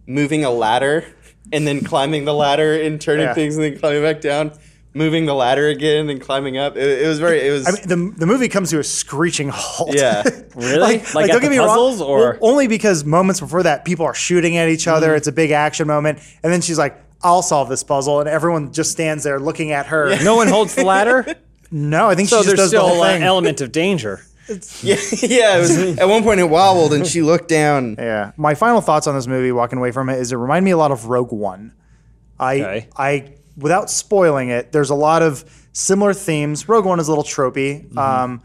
[SPEAKER 3] moving a ladder and then climbing the ladder and turning
[SPEAKER 1] Yeah.
[SPEAKER 3] things and then climbing back down, moving the ladder again and climbing up. It, it was very. It was.
[SPEAKER 1] I mean, the, the movie comes to a screeching halt.
[SPEAKER 3] Yeah.
[SPEAKER 2] Really? Like at the puzzles, or- Mm-hmm.
[SPEAKER 1] well, only because moments before that, people are shooting at each other. It's a big action moment, and then she's like, "I'll solve this puzzle," and everyone just stands there looking at her.
[SPEAKER 2] No one holds the ladder,
[SPEAKER 1] No, I think
[SPEAKER 2] so
[SPEAKER 1] she just
[SPEAKER 2] there's
[SPEAKER 1] does the
[SPEAKER 2] still uh,
[SPEAKER 1] whole
[SPEAKER 2] an
[SPEAKER 1] thing.
[SPEAKER 2] element of danger.
[SPEAKER 3] yeah, yeah. It was, at one point, it wobbled, and she looked down.
[SPEAKER 1] yeah. My final thoughts on this movie, walking away from it, is it reminded me a lot of Rogue One. I,
[SPEAKER 2] Okay.
[SPEAKER 1] I, without spoiling it, there's a lot of similar themes. Rogue One is a little tropey. Um,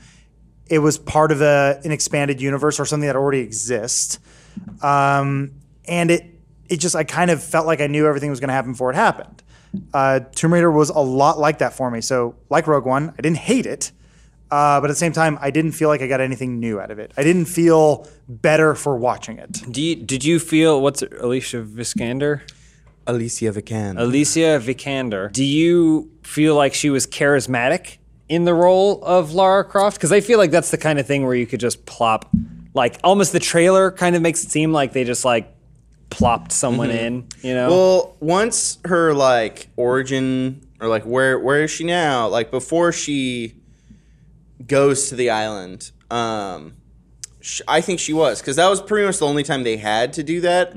[SPEAKER 1] it was part of a, an expanded universe or something that already exists. Um, and it it just I kind of felt like I knew everything was going to happen before it happened. Uh, Tomb Raider was a lot like that for me. So like Rogue One, I didn't hate it, uh, but at the same time, I didn't feel like I got anything new out of it. I didn't feel better for watching it.
[SPEAKER 2] Do you, did you feel what's it, Alicia Vikander?
[SPEAKER 3] Alicia Vikander.
[SPEAKER 2] Alicia Vikander. Do you feel like she was charismatic in the role of Lara Croft? Because I feel like that's the kind of thing where you could just plop, like almost the trailer kind of makes it seem like they just like plopped someone in. You know,
[SPEAKER 3] Well, once her like origin or like where where is she now? Like before she goes to the island, um, sh I think she was because that was pretty much the only time they had to do that.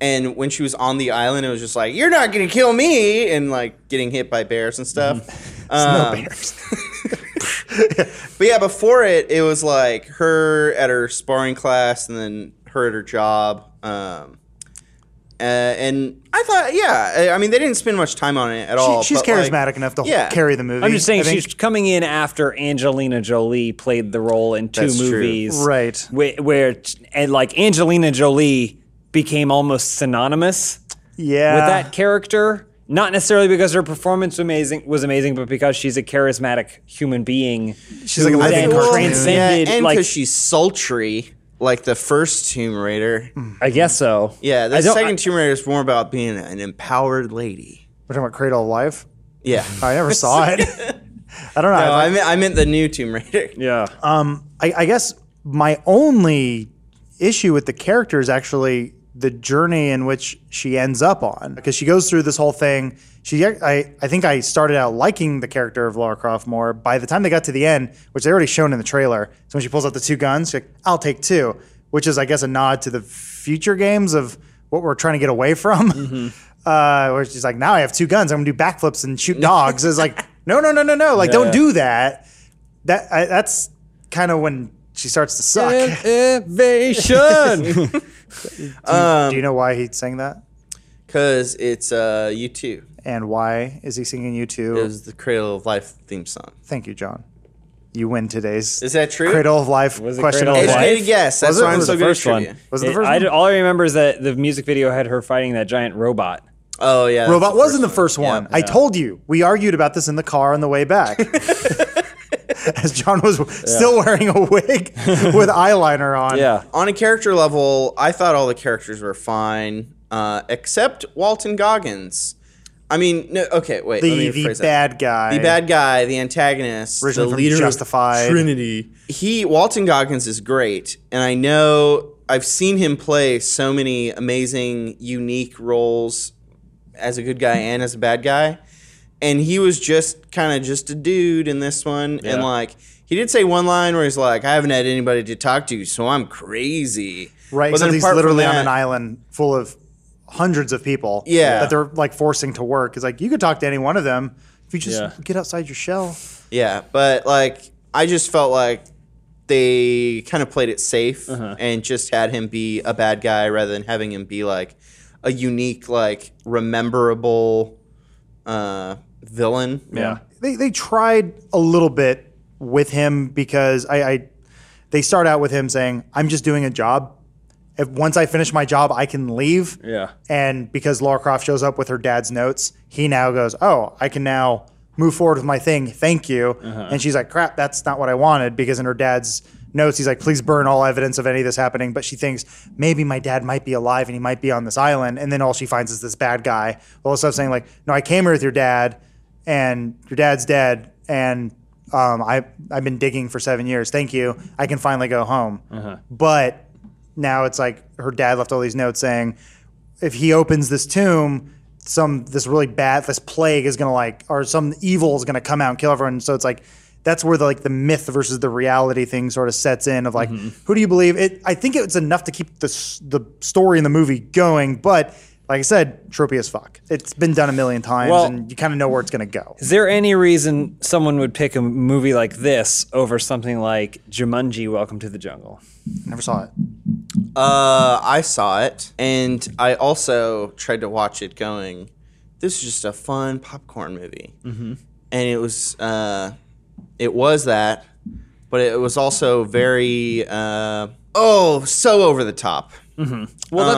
[SPEAKER 3] And when she was on the island, it was just like you're not gonna kill me, and like getting hit by bears and stuff. Um, but yeah, before it, it was like her at her sparring class, and then her at her job. Um, uh, and I thought, yeah, I- I mean, they didn't spend much time on it at all.
[SPEAKER 1] She, she's
[SPEAKER 3] but, like,
[SPEAKER 1] charismatic enough to
[SPEAKER 3] yeah.
[SPEAKER 1] carry the movie.
[SPEAKER 2] I'm
[SPEAKER 1] I
[SPEAKER 2] just saying
[SPEAKER 1] think.
[SPEAKER 2] she's coming in after Angelina Jolie played the role in two
[SPEAKER 3] That's true.
[SPEAKER 2] movies,
[SPEAKER 1] Right.
[SPEAKER 2] Where, where t- and like Angelina Jolie became almost synonymous
[SPEAKER 1] yeah
[SPEAKER 2] with that character. Not necessarily because her performance amazing was amazing, but because she's a charismatic human being. She's
[SPEAKER 1] like a living cartoon.
[SPEAKER 2] transcended.
[SPEAKER 3] yeah, and
[SPEAKER 2] like
[SPEAKER 3] because she's sultry, like the first Tomb Raider.
[SPEAKER 1] Hmm.
[SPEAKER 2] I guess so.
[SPEAKER 3] Yeah, the
[SPEAKER 2] I don't-
[SPEAKER 3] second
[SPEAKER 2] I-
[SPEAKER 3] Tomb Raider is more about being an empowered lady.
[SPEAKER 1] We're talking about Cradle of Life.
[SPEAKER 3] Yeah,
[SPEAKER 1] I never saw it. I don't know.
[SPEAKER 3] No,
[SPEAKER 1] I,
[SPEAKER 3] I meant I meant the new Tomb Raider.
[SPEAKER 2] yeah.
[SPEAKER 3] Ah,
[SPEAKER 1] I, I guess my only issue with the character is actually the journey in which she ends up on because she goes through this whole thing. She, I, I think I started out liking the character of Lara Croft more. By the time they got to the end, which they already shown in the trailer, so when she pulls out the two guns, she's like, "I'll take two, which is, I guess, a nod to the future games of what we're trying to get away from. Uh, where she's like, "Now I have two guns. I'm gonna do backflips and shoot dogs." it's like, no, no, no, no, no. Like, don't do that that I, that's kind of when she starts to suck.
[SPEAKER 2] Innovation.
[SPEAKER 1] Do you know why he sang that?
[SPEAKER 3] Because it's uh, you too.
[SPEAKER 1] And why is he singing you
[SPEAKER 3] It
[SPEAKER 1] too?
[SPEAKER 3] was the Cradle of Life theme song.
[SPEAKER 1] Thank you, John. You win today's
[SPEAKER 3] Is that true?
[SPEAKER 1] Cradle of Life
[SPEAKER 2] Was it
[SPEAKER 1] question.
[SPEAKER 2] Cradle of
[SPEAKER 1] of the
[SPEAKER 2] Life?
[SPEAKER 1] day.
[SPEAKER 3] Educated guess. That's
[SPEAKER 1] it-
[SPEAKER 3] why I'm
[SPEAKER 1] was
[SPEAKER 3] so
[SPEAKER 1] it
[SPEAKER 3] good at
[SPEAKER 2] First
[SPEAKER 3] trivia.
[SPEAKER 2] one.
[SPEAKER 1] Was it the
[SPEAKER 2] It-
[SPEAKER 1] first
[SPEAKER 2] I,
[SPEAKER 1] one?
[SPEAKER 2] all I remember is that the music video had her fighting that giant robot.
[SPEAKER 3] Oh yeah, that's
[SPEAKER 1] Robot wasn't the
[SPEAKER 3] one.
[SPEAKER 1] first one.
[SPEAKER 3] Yeah.
[SPEAKER 1] I told you. We argued about this in the car on the way back. As John was still wearing a wig with eyeliner on.
[SPEAKER 2] Yeah.
[SPEAKER 3] on a character level, I thought all the characters were fine, uh, except Walton Goggins. I mean, no, okay, wait. let
[SPEAKER 1] The,
[SPEAKER 3] me
[SPEAKER 1] the
[SPEAKER 3] rephrase that.
[SPEAKER 1] bad guy.
[SPEAKER 3] the bad guy, the antagonist,
[SPEAKER 1] Originally
[SPEAKER 3] the
[SPEAKER 1] from
[SPEAKER 3] leader of
[SPEAKER 1] Justified.
[SPEAKER 3] Trinity. He Walton Goggins is great, and I know I've seen him play so many amazing, unique roles as a good guy and as a bad guy. And he was just kind of just a dude in this one, and
[SPEAKER 2] Yeah.
[SPEAKER 3] like he did say one line where he's like, "I haven't had anybody to talk to, so I'm crazy."
[SPEAKER 1] Right.
[SPEAKER 3] But
[SPEAKER 1] so
[SPEAKER 3] then
[SPEAKER 1] he's
[SPEAKER 3] apart from
[SPEAKER 1] literally on
[SPEAKER 3] that-
[SPEAKER 1] an island full of hundreds of people.
[SPEAKER 3] Yeah.
[SPEAKER 1] That they're like forcing to work. It's like you could talk to any one of them if you just
[SPEAKER 2] Yeah.
[SPEAKER 1] get outside your shell.
[SPEAKER 3] Yeah, but like I just felt like they kind of played it safe and just had him be a bad guy rather than having him be like a unique, like rememberable uh, villain.
[SPEAKER 2] Yeah.
[SPEAKER 1] They they tried a little bit with him because I, I they start out with him saying, I'm just doing a job. If once I finish my job, I can leave.
[SPEAKER 2] Yeah.
[SPEAKER 1] And because Lara Croft shows up with her dad's notes, he now goes, Oh, I can now move forward with my thing. Thank you. And she's like, Crap, that's not what I wanted. Because in her dad's notes, he's like, Please burn all evidence of any of this happening. But she thinks, Maybe my dad might be alive and he might be on this island. And then all she finds is this bad guy. All this stuff saying, like, No, I came here with your dad and your dad's dead. And um, I, I've been digging for seven years. Thank you. I can finally go home. But now it's like her dad left all these notes saying, if he opens this tomb, some this really bad this plague is gonna like or some evil is gonna come out and kill everyone. So it's like that's where the like the myth versus the reality thing sort of sets in of like who do you believe? It I think it's enough to keep the s- the story in the movie going, but like I said, tropey as fuck. It's been done a million times,
[SPEAKER 2] Well-
[SPEAKER 1] and you kind of know where it's gonna go.
[SPEAKER 2] Is there any reason someone would pick a movie like this over something like Jumanji: Welcome to the Jungle?
[SPEAKER 1] Never saw it.
[SPEAKER 3] Uh, I saw it, and I also tried to watch it. Going, this is just a fun popcorn movie, mm-hmm. and it was, uh, it was that, but it was also very, uh, oh, so over the top.
[SPEAKER 2] Well, that's
[SPEAKER 3] Uh,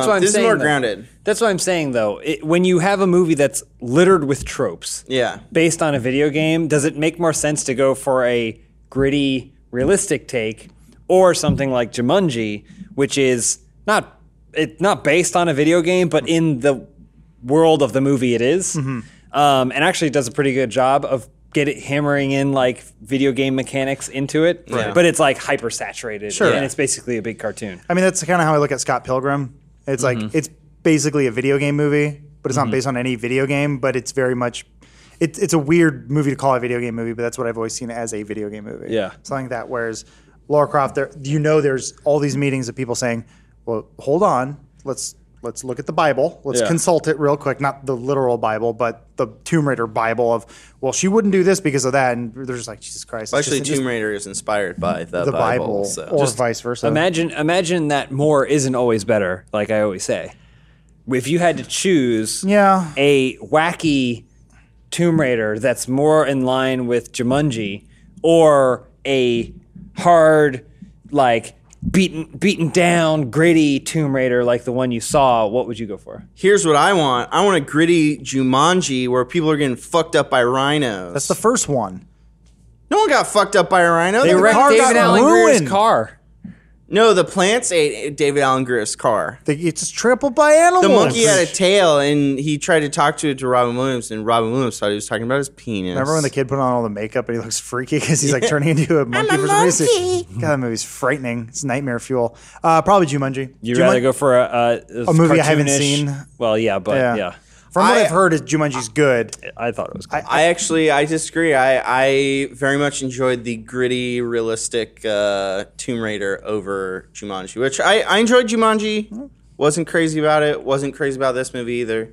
[SPEAKER 2] why I'm
[SPEAKER 3] this is
[SPEAKER 2] saying.
[SPEAKER 3] more
[SPEAKER 2] though.
[SPEAKER 3] grounded.
[SPEAKER 2] That's what I'm saying though. It, when you have a movie that's littered with tropes,
[SPEAKER 3] Yeah.
[SPEAKER 2] based on a video game, does it make more sense to go for a gritty, realistic take, or something like Jumanji, which is not it not based on a video game, but in the world of the movie it is. um, and actually does a pretty good job of get it hammering in like video game mechanics into it,
[SPEAKER 3] Right.
[SPEAKER 2] but it's like hyper saturated,
[SPEAKER 1] Sure.
[SPEAKER 2] and it's basically a big cartoon.
[SPEAKER 1] I mean, that's kind of how I look at Scott Pilgrim. It's
[SPEAKER 2] Mm-hmm.
[SPEAKER 1] like it's basically a video game movie, but it's not based on any video game. But it's very much, it's it's a weird movie to call a video game movie, but that's what I've always seen it as a video game movie.
[SPEAKER 2] Yeah.
[SPEAKER 1] something like that. Whereas Lara Croft, there you know, there's all these meetings of people saying, "Well, hold on, let's." Let's look at the Bible. Let's
[SPEAKER 2] Yeah.
[SPEAKER 1] consult it real quick. Not the literal Bible, but the Tomb Raider Bible of, well, she wouldn't do this because of that. And they're just like, Jesus Christ. it's
[SPEAKER 3] Actually,
[SPEAKER 1] just,
[SPEAKER 3] Tomb Raider is inspired by the,
[SPEAKER 1] the Bible,
[SPEAKER 3] so.
[SPEAKER 1] or vice versa.
[SPEAKER 2] Imagine imagine that more isn't always better, like I always say. If you had to choose
[SPEAKER 1] Yeah.
[SPEAKER 2] a wacky Tomb Raider that's more in line with Jumanji or a hard like beaten beaten down gritty Tomb Raider like the one you saw, what would you go for?
[SPEAKER 3] Here's what I want. I want a gritty Jumanji where people are getting fucked up by rhinos.
[SPEAKER 1] That's the first one.
[SPEAKER 3] no one got fucked up by a rhino.
[SPEAKER 2] They
[SPEAKER 3] The
[SPEAKER 2] wrecked
[SPEAKER 3] car
[SPEAKER 1] David
[SPEAKER 3] got-
[SPEAKER 2] David Allen
[SPEAKER 1] Allen Greer's
[SPEAKER 2] Greer's car.
[SPEAKER 3] No, the plants ate David Allen Greer's car.
[SPEAKER 1] They- It's just trampled by animals.
[SPEAKER 3] The monkey had a tail, and he tried to talk to it to Robin Williams, and Robin Williams thought he was talking about his penis.
[SPEAKER 1] Remember when the kid put on all the makeup and he looks freaky because he's like turning into a monkey
[SPEAKER 3] a
[SPEAKER 1] for some reason? God, that movie's frightening. It's nightmare fuel. Uh, probably Jumanji.
[SPEAKER 2] You'd
[SPEAKER 1] Juman-
[SPEAKER 2] rather go for a, a,
[SPEAKER 1] A movie I haven't
[SPEAKER 2] cartoonish-
[SPEAKER 1] seen.
[SPEAKER 2] Well, yeah, but yeah.
[SPEAKER 1] From what I,
[SPEAKER 3] I-
[SPEAKER 1] have heard, is Jumanji's good.
[SPEAKER 2] I thought it was cool.
[SPEAKER 3] I actually I disagree. I I very much enjoyed the gritty, realistic uh, Tomb Raider over Jumanji, which I I enjoyed Jumanji. wasn't crazy about it. wasn't crazy about this movie either.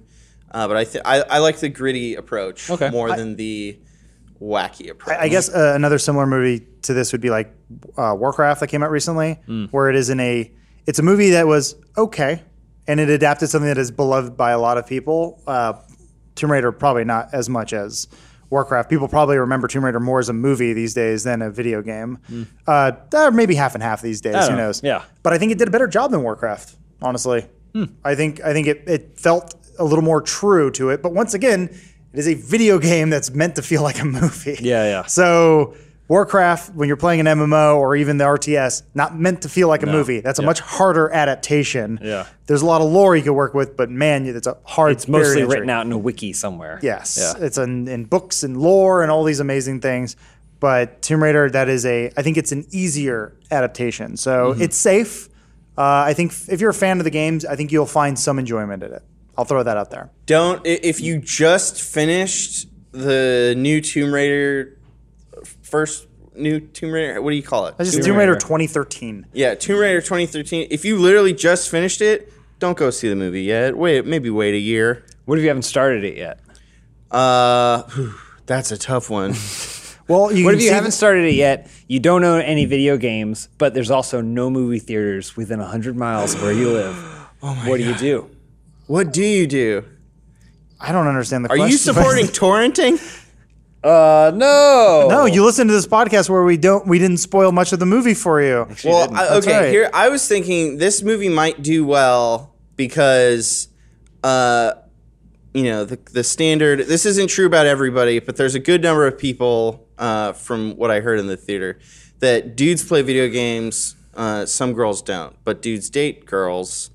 [SPEAKER 3] Uh, but I, th- I I like the gritty approach
[SPEAKER 2] Okay.
[SPEAKER 3] more than the wacky approach.
[SPEAKER 1] I guess uh, another similar movie to this would be like uh, Warcraft that came out recently,
[SPEAKER 2] Hmm.
[SPEAKER 1] where it is in a. It's a movie that was okay, and it adapted something that is beloved by a lot of people. Uh, Tomb Raider probably not as much as Warcraft. People probably remember Tomb Raider more as a movie these days than a video game. Uh, or maybe half and half these days.
[SPEAKER 2] Hmm. don't
[SPEAKER 1] Who
[SPEAKER 2] know.
[SPEAKER 1] knows?
[SPEAKER 2] Yeah.
[SPEAKER 1] But I think it did a better job than Warcraft. Honestly,
[SPEAKER 2] Hmm.
[SPEAKER 1] I think I think it, it felt a little more true to it. But once again. It is a video game that's meant to feel like a movie.
[SPEAKER 2] Yeah, yeah.
[SPEAKER 1] So Warcraft, when you're playing an MMO or even the RTS, not meant to feel like a movie. That's a much harder adaptation.
[SPEAKER 2] Yeah.
[SPEAKER 1] There's a lot of lore you can work with, but man, it's a hard.
[SPEAKER 2] It's mostly written out in a wiki somewhere.
[SPEAKER 1] Yes,
[SPEAKER 2] Yeah.
[SPEAKER 1] it's in, in books and lore and all these amazing things. But Tomb Raider, that is a. I think it's an easier adaptation, so it's safe. Uh, I think if you're a fan of the games, I think you'll find some enjoyment in it. I'll throw that out there.
[SPEAKER 3] Don't i- if you just finished the new Tomb Raider first new Tomb Raider. What do you call it?
[SPEAKER 1] That's just
[SPEAKER 2] Tomb
[SPEAKER 1] Tomb, Raider
[SPEAKER 2] Raider.
[SPEAKER 1] 2013.
[SPEAKER 3] Yeah, Tomb Raider 2013. If you literally just finished it, don't go see the movie yet. Wait, maybe wait a year.
[SPEAKER 2] What if you haven't started it yet?
[SPEAKER 3] Uh, whew, that's a tough one.
[SPEAKER 1] Well, you
[SPEAKER 2] What
[SPEAKER 1] can
[SPEAKER 2] if you
[SPEAKER 1] see-
[SPEAKER 2] haven't started it yet? You don't own any video games, but there's also no movie theaters within 100 miles where you live.
[SPEAKER 1] Oh
[SPEAKER 2] what do you do?
[SPEAKER 3] what do you do?
[SPEAKER 1] I don't understand the
[SPEAKER 3] Are
[SPEAKER 1] question.
[SPEAKER 3] you supporting torrenting?
[SPEAKER 2] Uh, no.
[SPEAKER 1] No, you listen to this podcast where we don't we didn't spoil much of the movie for you.
[SPEAKER 3] Well, I,
[SPEAKER 1] That's
[SPEAKER 3] okay.
[SPEAKER 1] right.
[SPEAKER 3] Here, I was thinking this movie might do well because, uh, you know, the the standard. This isn't true about everybody, but there's a good number of people, uh, from what I heard in the theater, that dudes play video games. Uh, some girls don't, but dudes date girls,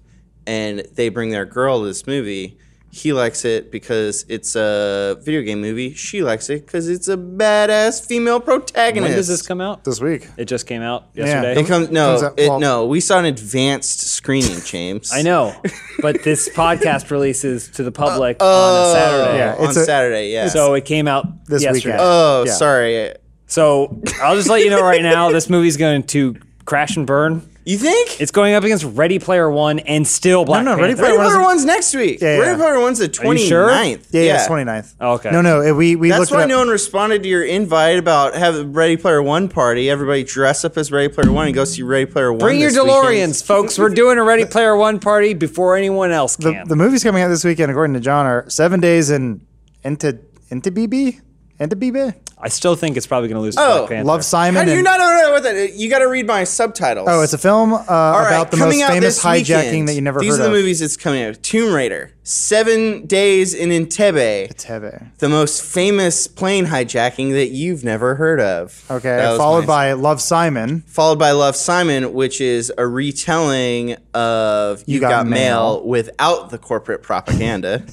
[SPEAKER 3] and they bring their girl to this movie. He likes it because it's a video game movie. She likes it because it's a badass female protagonist.
[SPEAKER 2] When does this come out?
[SPEAKER 1] This week.
[SPEAKER 2] It just came out yesterday.
[SPEAKER 3] It comes no,
[SPEAKER 1] Comes out-
[SPEAKER 3] it,
[SPEAKER 1] well-
[SPEAKER 3] no. We saw an advanced screening, James.
[SPEAKER 2] I know, but this podcast releases to the public on a
[SPEAKER 3] Oh,
[SPEAKER 2] Saturday.
[SPEAKER 1] Uh, Yeah,
[SPEAKER 3] on
[SPEAKER 1] it's a-
[SPEAKER 3] Saturday, yeah.
[SPEAKER 2] So it came out
[SPEAKER 1] This
[SPEAKER 2] yesterday.
[SPEAKER 1] weekend.
[SPEAKER 3] oh,
[SPEAKER 1] yeah.
[SPEAKER 3] sorry.
[SPEAKER 2] So I'll just let you know right now this movie's going to crash and burn.
[SPEAKER 3] You think?
[SPEAKER 2] It's going up against Ready Player One and still Black
[SPEAKER 1] no,
[SPEAKER 2] Panther.
[SPEAKER 1] Ready Player
[SPEAKER 3] Ready Player
[SPEAKER 1] One's-
[SPEAKER 3] One's next week.
[SPEAKER 1] Yeah, yeah.
[SPEAKER 3] Ready Player One's the
[SPEAKER 2] Are you
[SPEAKER 3] 29th.
[SPEAKER 2] sure?
[SPEAKER 1] Yeah, yeah, it's 29th.
[SPEAKER 2] Okay.
[SPEAKER 1] No, no, it- we we
[SPEAKER 3] That's
[SPEAKER 1] looked
[SPEAKER 3] why
[SPEAKER 1] it up.
[SPEAKER 3] no one responded to your invite about have a Ready Player One party. Everybody dress up as Ready Player One and go see Ready Player One.
[SPEAKER 2] Bring your
[SPEAKER 3] this
[SPEAKER 2] DeLoreans,
[SPEAKER 3] weekend.
[SPEAKER 2] folks. We're doing a Ready Player One party before anyone else can.
[SPEAKER 1] the movie's coming out this weekend, according to John, are seven days in into into BB. and the BB.
[SPEAKER 2] I still think it's probably going to lose to
[SPEAKER 3] Oh,
[SPEAKER 2] Black Panther.
[SPEAKER 1] Love Simon.
[SPEAKER 3] How do you
[SPEAKER 1] and-
[SPEAKER 3] not know what that? You got to read my subtitles.
[SPEAKER 1] Oh, it's a film uh,
[SPEAKER 3] All right,
[SPEAKER 1] about the most
[SPEAKER 3] coming out
[SPEAKER 1] famous
[SPEAKER 3] this
[SPEAKER 1] hijacking
[SPEAKER 3] weekend.
[SPEAKER 1] that you never
[SPEAKER 3] These
[SPEAKER 1] heard
[SPEAKER 3] are the
[SPEAKER 1] of.
[SPEAKER 3] movies that's coming out. Tomb Raider, Seven Days in Entebbe,
[SPEAKER 1] Tebe.
[SPEAKER 3] the most famous plane hijacking that you've never heard of. That
[SPEAKER 1] Okay,
[SPEAKER 3] was
[SPEAKER 1] followed
[SPEAKER 3] mine.
[SPEAKER 1] by Love Simon.
[SPEAKER 3] followed by Love Simon, which is a retelling of You, Got,
[SPEAKER 1] Got
[SPEAKER 3] Mail. without the corporate propaganda.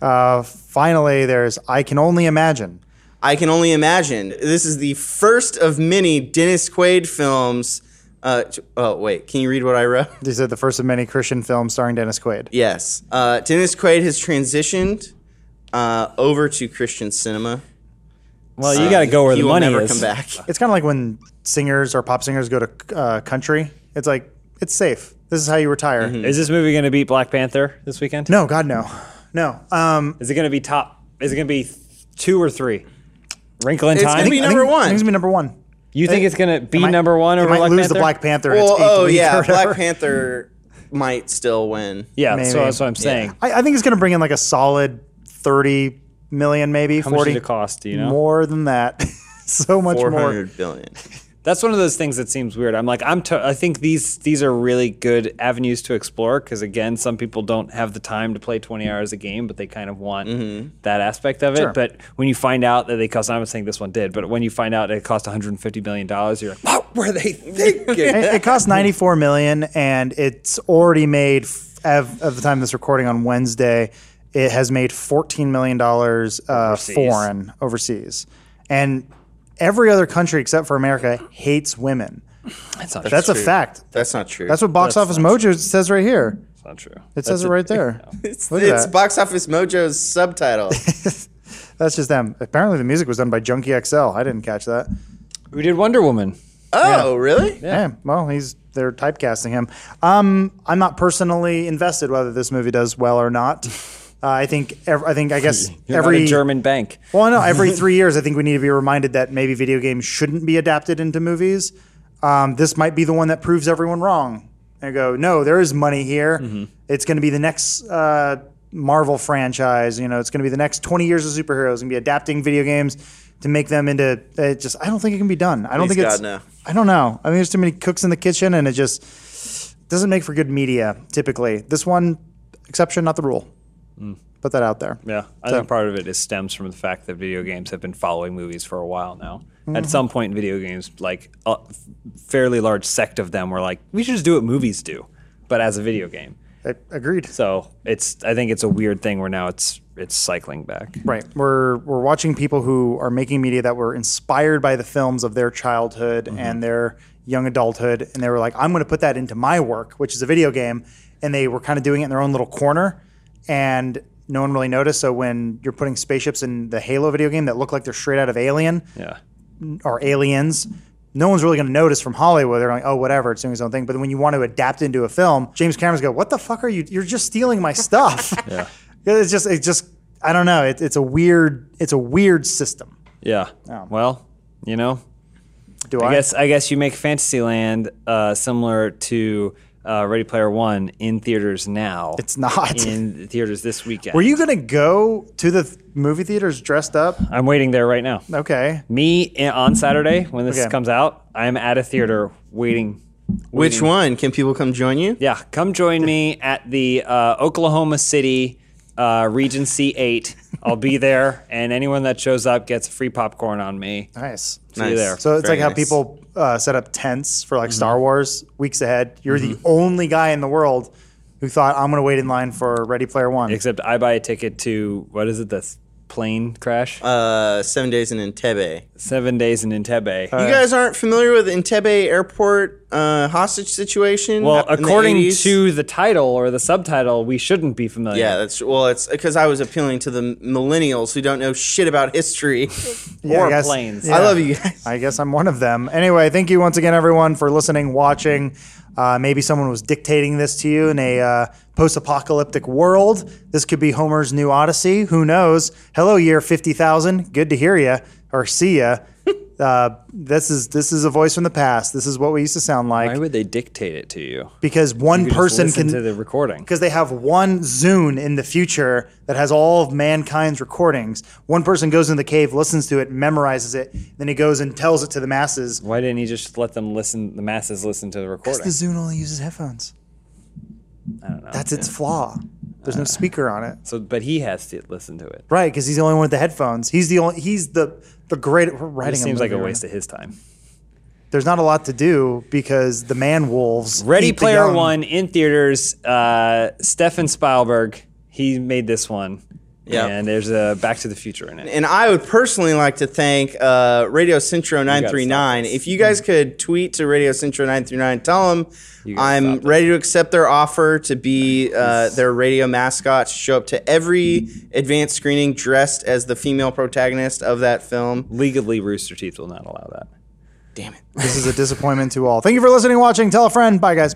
[SPEAKER 1] Uh, finally, there's I Can Only Imagine.
[SPEAKER 3] I can only imagine. This is the first of many Dennis Quaid films. Uh, t- oh wait, can you read what I wrote?
[SPEAKER 1] These are the first of many Christian films starring Dennis Quaid.
[SPEAKER 3] Yes. Uh, Dennis Quaid has transitioned uh, over to Christian cinema.
[SPEAKER 2] well, you got to go where
[SPEAKER 3] he
[SPEAKER 2] the
[SPEAKER 3] will
[SPEAKER 2] money
[SPEAKER 3] never
[SPEAKER 2] is.
[SPEAKER 3] come back.
[SPEAKER 1] It's kind of like when singers or pop singers go to uh, country. It's like, it's safe. This is how you retire.
[SPEAKER 3] Mm-hmm.
[SPEAKER 2] Is this movie going to beat Black Panther this weekend?
[SPEAKER 1] No, God, no. No. Um,
[SPEAKER 2] Is it going to be top? Is it going to be th- two or three? Wrinkle in
[SPEAKER 3] It's
[SPEAKER 2] Time.
[SPEAKER 3] gonna be
[SPEAKER 1] I think-
[SPEAKER 3] number one.
[SPEAKER 1] I think it's gonna be number one.
[SPEAKER 2] you think it's going to be number one
[SPEAKER 1] It
[SPEAKER 2] over
[SPEAKER 1] might
[SPEAKER 2] Black
[SPEAKER 1] lose
[SPEAKER 2] Panther?
[SPEAKER 1] the Black Panther. in its
[SPEAKER 3] Well,
[SPEAKER 1] eighth
[SPEAKER 3] oh
[SPEAKER 1] week or
[SPEAKER 3] yeah,
[SPEAKER 1] whatever.
[SPEAKER 3] Black Panther might still win.
[SPEAKER 2] yeah, so
[SPEAKER 1] Maybe.
[SPEAKER 2] that's what I'm saying.
[SPEAKER 1] I, I think it's gonna bring in like a solid thirty million, maybe
[SPEAKER 2] How much
[SPEAKER 1] forty.
[SPEAKER 2] did it cost? do You know,
[SPEAKER 1] More than that. so much
[SPEAKER 3] Four
[SPEAKER 1] more.
[SPEAKER 3] hundred billion.
[SPEAKER 2] that's one of those things that seems weird. I'm like, I'm. To- I think these these are really good avenues to explore because again, some people don't have the time to play 20 hours a game, but they kind of want that aspect of it. But when you find out that they cost, I'm not saying this one did, but when you find out it cost 150 million dollars, you're like, what were they thinking?
[SPEAKER 1] it, it cost 94 million and it's already made f- of, of the time of this recording on wednesday it has made 14 million dollars uh, foreign overseas and every other country except for america hates women
[SPEAKER 2] that's not
[SPEAKER 1] that's
[SPEAKER 2] true.
[SPEAKER 1] a fact
[SPEAKER 3] That's not true.
[SPEAKER 1] that's what box office mojo says right here
[SPEAKER 2] That's not true.
[SPEAKER 1] it says it right there
[SPEAKER 3] it's,
[SPEAKER 1] Look at
[SPEAKER 3] it's
[SPEAKER 1] that.
[SPEAKER 3] Box Office Mojo's subtitle.
[SPEAKER 1] that's just them apparently the music was done by junkie xl i didn't catch that
[SPEAKER 2] We did Wonder Woman.
[SPEAKER 3] oh, really?
[SPEAKER 1] yeah. well, he's they're typecasting him. Um, I'm not personally invested whether this movie does well or not. Uh, I think ev- I think I guess
[SPEAKER 2] You're
[SPEAKER 1] every
[SPEAKER 2] not a German bank.
[SPEAKER 1] well, no, every three years I think we need to be reminded that maybe video games shouldn't be adapted into movies. Um, this might be the one that proves everyone wrong. They go, no, there is money here.
[SPEAKER 3] Mm-hmm.
[SPEAKER 1] It's going to be the next uh, Marvel franchise. You know, it's going to be the next 20 years of superheroes. It's going to be adapting video games to make them into uh, just. I don't think it can be done. I don't
[SPEAKER 3] Please
[SPEAKER 1] think it's.
[SPEAKER 3] God, no.
[SPEAKER 1] I don't know. I mean, there's too many cooks in the kitchen, and it just doesn't make for good media typically. This one, exception, not the rule.
[SPEAKER 3] Mm.
[SPEAKER 1] Put that out there.
[SPEAKER 2] Yeah, I think part of it is stems from the fact that video games have been following movies for a while now.
[SPEAKER 1] Mm-hmm.
[SPEAKER 2] At some point, video games, like a fairly large sect of them, were like, we should just do what movies do, but as a video game.
[SPEAKER 1] I, agreed.
[SPEAKER 2] So it's, I think it's a weird thing where now it's it's cycling back.
[SPEAKER 1] Right. We're we're watching people who are making media that were inspired by the films of their childhood and their young adulthood, and they were like, "I'm going to put that into my work, which is a video game," and they were kind of doing it in their own little corner, and no one really noticed. So when you're putting spaceships in the Halo video game that look like they're straight out of Alien
[SPEAKER 2] Yeah,
[SPEAKER 1] or Aliens. No one's really going to notice from Hollywood. They're like, oh, whatever, it's doing its own thing. But when you want to adapt into a film, James Cameron's go, what the fuck are you? You're just stealing my stuff.
[SPEAKER 2] yeah,
[SPEAKER 1] It's just, it's just, I don't know. It, it's a weird, it's a weird system.
[SPEAKER 2] yeah.
[SPEAKER 1] Oh.
[SPEAKER 2] Well, you know,
[SPEAKER 1] Do
[SPEAKER 2] I
[SPEAKER 1] I?
[SPEAKER 2] guess I guess you make Fantasyland uh, similar to uh, Ready Player One in theaters now.
[SPEAKER 1] it's not.
[SPEAKER 2] in theaters this weekend.
[SPEAKER 1] Were you going to go to the th- movie theaters dressed up?
[SPEAKER 2] I'm waiting there right now.
[SPEAKER 1] Okay.
[SPEAKER 2] Me i- on Saturday when this
[SPEAKER 1] Okay.
[SPEAKER 2] comes out, I'm at a theater waiting.
[SPEAKER 3] Which one? Can people come join you?
[SPEAKER 2] Yeah, come join me at the uh, Oklahoma City uh, Regency Eight. I'll be there, and anyone that shows up gets free popcorn on me.
[SPEAKER 1] Nice.
[SPEAKER 2] See you
[SPEAKER 3] Nice.
[SPEAKER 2] there.
[SPEAKER 1] So it's
[SPEAKER 3] Very
[SPEAKER 1] like how
[SPEAKER 3] nice.
[SPEAKER 1] people uh, set up tents for like
[SPEAKER 2] Mm-hmm.
[SPEAKER 1] Star Wars weeks ahead. You're the only guy in the world who thought, I'm going to wait in line for Ready Player One.
[SPEAKER 2] Except I buy a ticket to what is it? The s- plane crash.
[SPEAKER 3] Uh, Seven Days in Entebbe.
[SPEAKER 2] Seven days in Entebbe.
[SPEAKER 1] Uh,
[SPEAKER 3] You guys aren't familiar with Entebbe Airport uh, hostage situation?
[SPEAKER 2] well,
[SPEAKER 3] up in the
[SPEAKER 2] according
[SPEAKER 3] 80s?
[SPEAKER 2] to the title or the subtitle, we shouldn't be familiar.
[SPEAKER 3] yeah, that's well, it's because I was appealing to the millennials who don't know shit about history.
[SPEAKER 1] Yeah, I
[SPEAKER 2] or
[SPEAKER 1] guess-
[SPEAKER 2] planes.
[SPEAKER 1] yeah.
[SPEAKER 3] I love you guys.
[SPEAKER 1] I guess I'm one of them. Anyway, thank you once again, everyone, for listening, watching. Uh, maybe someone was dictating this to you in a uh, post apocalyptic world. This could be Homer's new Odyssey. Who knows? Hello, year 50,000. Good to hear you or see you. Uh, this is this is a voice from the past. This is what we used to sound like
[SPEAKER 2] Why would they dictate it to you?
[SPEAKER 1] because one
[SPEAKER 2] You could just
[SPEAKER 1] person
[SPEAKER 2] listen
[SPEAKER 1] can
[SPEAKER 2] to the recording.
[SPEAKER 1] because they have one Zune in the future that has all of mankind's recordings. One person goes in the cave, listens to it, memorizes it, then he goes and tells it to the masses.
[SPEAKER 2] Why didn't he just let them listen? The masses listen to the recording.
[SPEAKER 1] The Zune only uses headphones.
[SPEAKER 2] I don't know. Uh.
[SPEAKER 1] That's its flaw. There's no speaker on it.
[SPEAKER 2] so, but he has to listen to it.
[SPEAKER 1] Right, because he's the only one with the headphones. He's the only. He's the the great. We're
[SPEAKER 2] It
[SPEAKER 1] writing.
[SPEAKER 2] just
[SPEAKER 1] a
[SPEAKER 2] seems like a
[SPEAKER 1] movie right
[SPEAKER 2] waste of his time.
[SPEAKER 1] now. There's not a lot to do because the man wolves.
[SPEAKER 2] Ready
[SPEAKER 1] eat the
[SPEAKER 2] Player
[SPEAKER 1] young.
[SPEAKER 2] One in theaters. Uh, Stefan Spielberg, he made this one.
[SPEAKER 3] Yeah.
[SPEAKER 2] And there's a Back to the Future in it.
[SPEAKER 3] And I would personally like to thank uh, Radio Centro 939. If you guys could tweet to Radio Centro 939, tell them
[SPEAKER 2] Mm-hmm. gotta
[SPEAKER 3] I'm
[SPEAKER 2] stop this.
[SPEAKER 3] ready to accept their offer to be uh, their radio mascot, to show up to every
[SPEAKER 2] Mm-hmm.
[SPEAKER 3] advanced screening dressed as the female protagonist of that film.
[SPEAKER 2] Legally, Rooster Teeth will not allow that.
[SPEAKER 3] Damn it.
[SPEAKER 1] This is a disappointment to all. Thank you for listening, watching. Tell a friend. Bye, guys.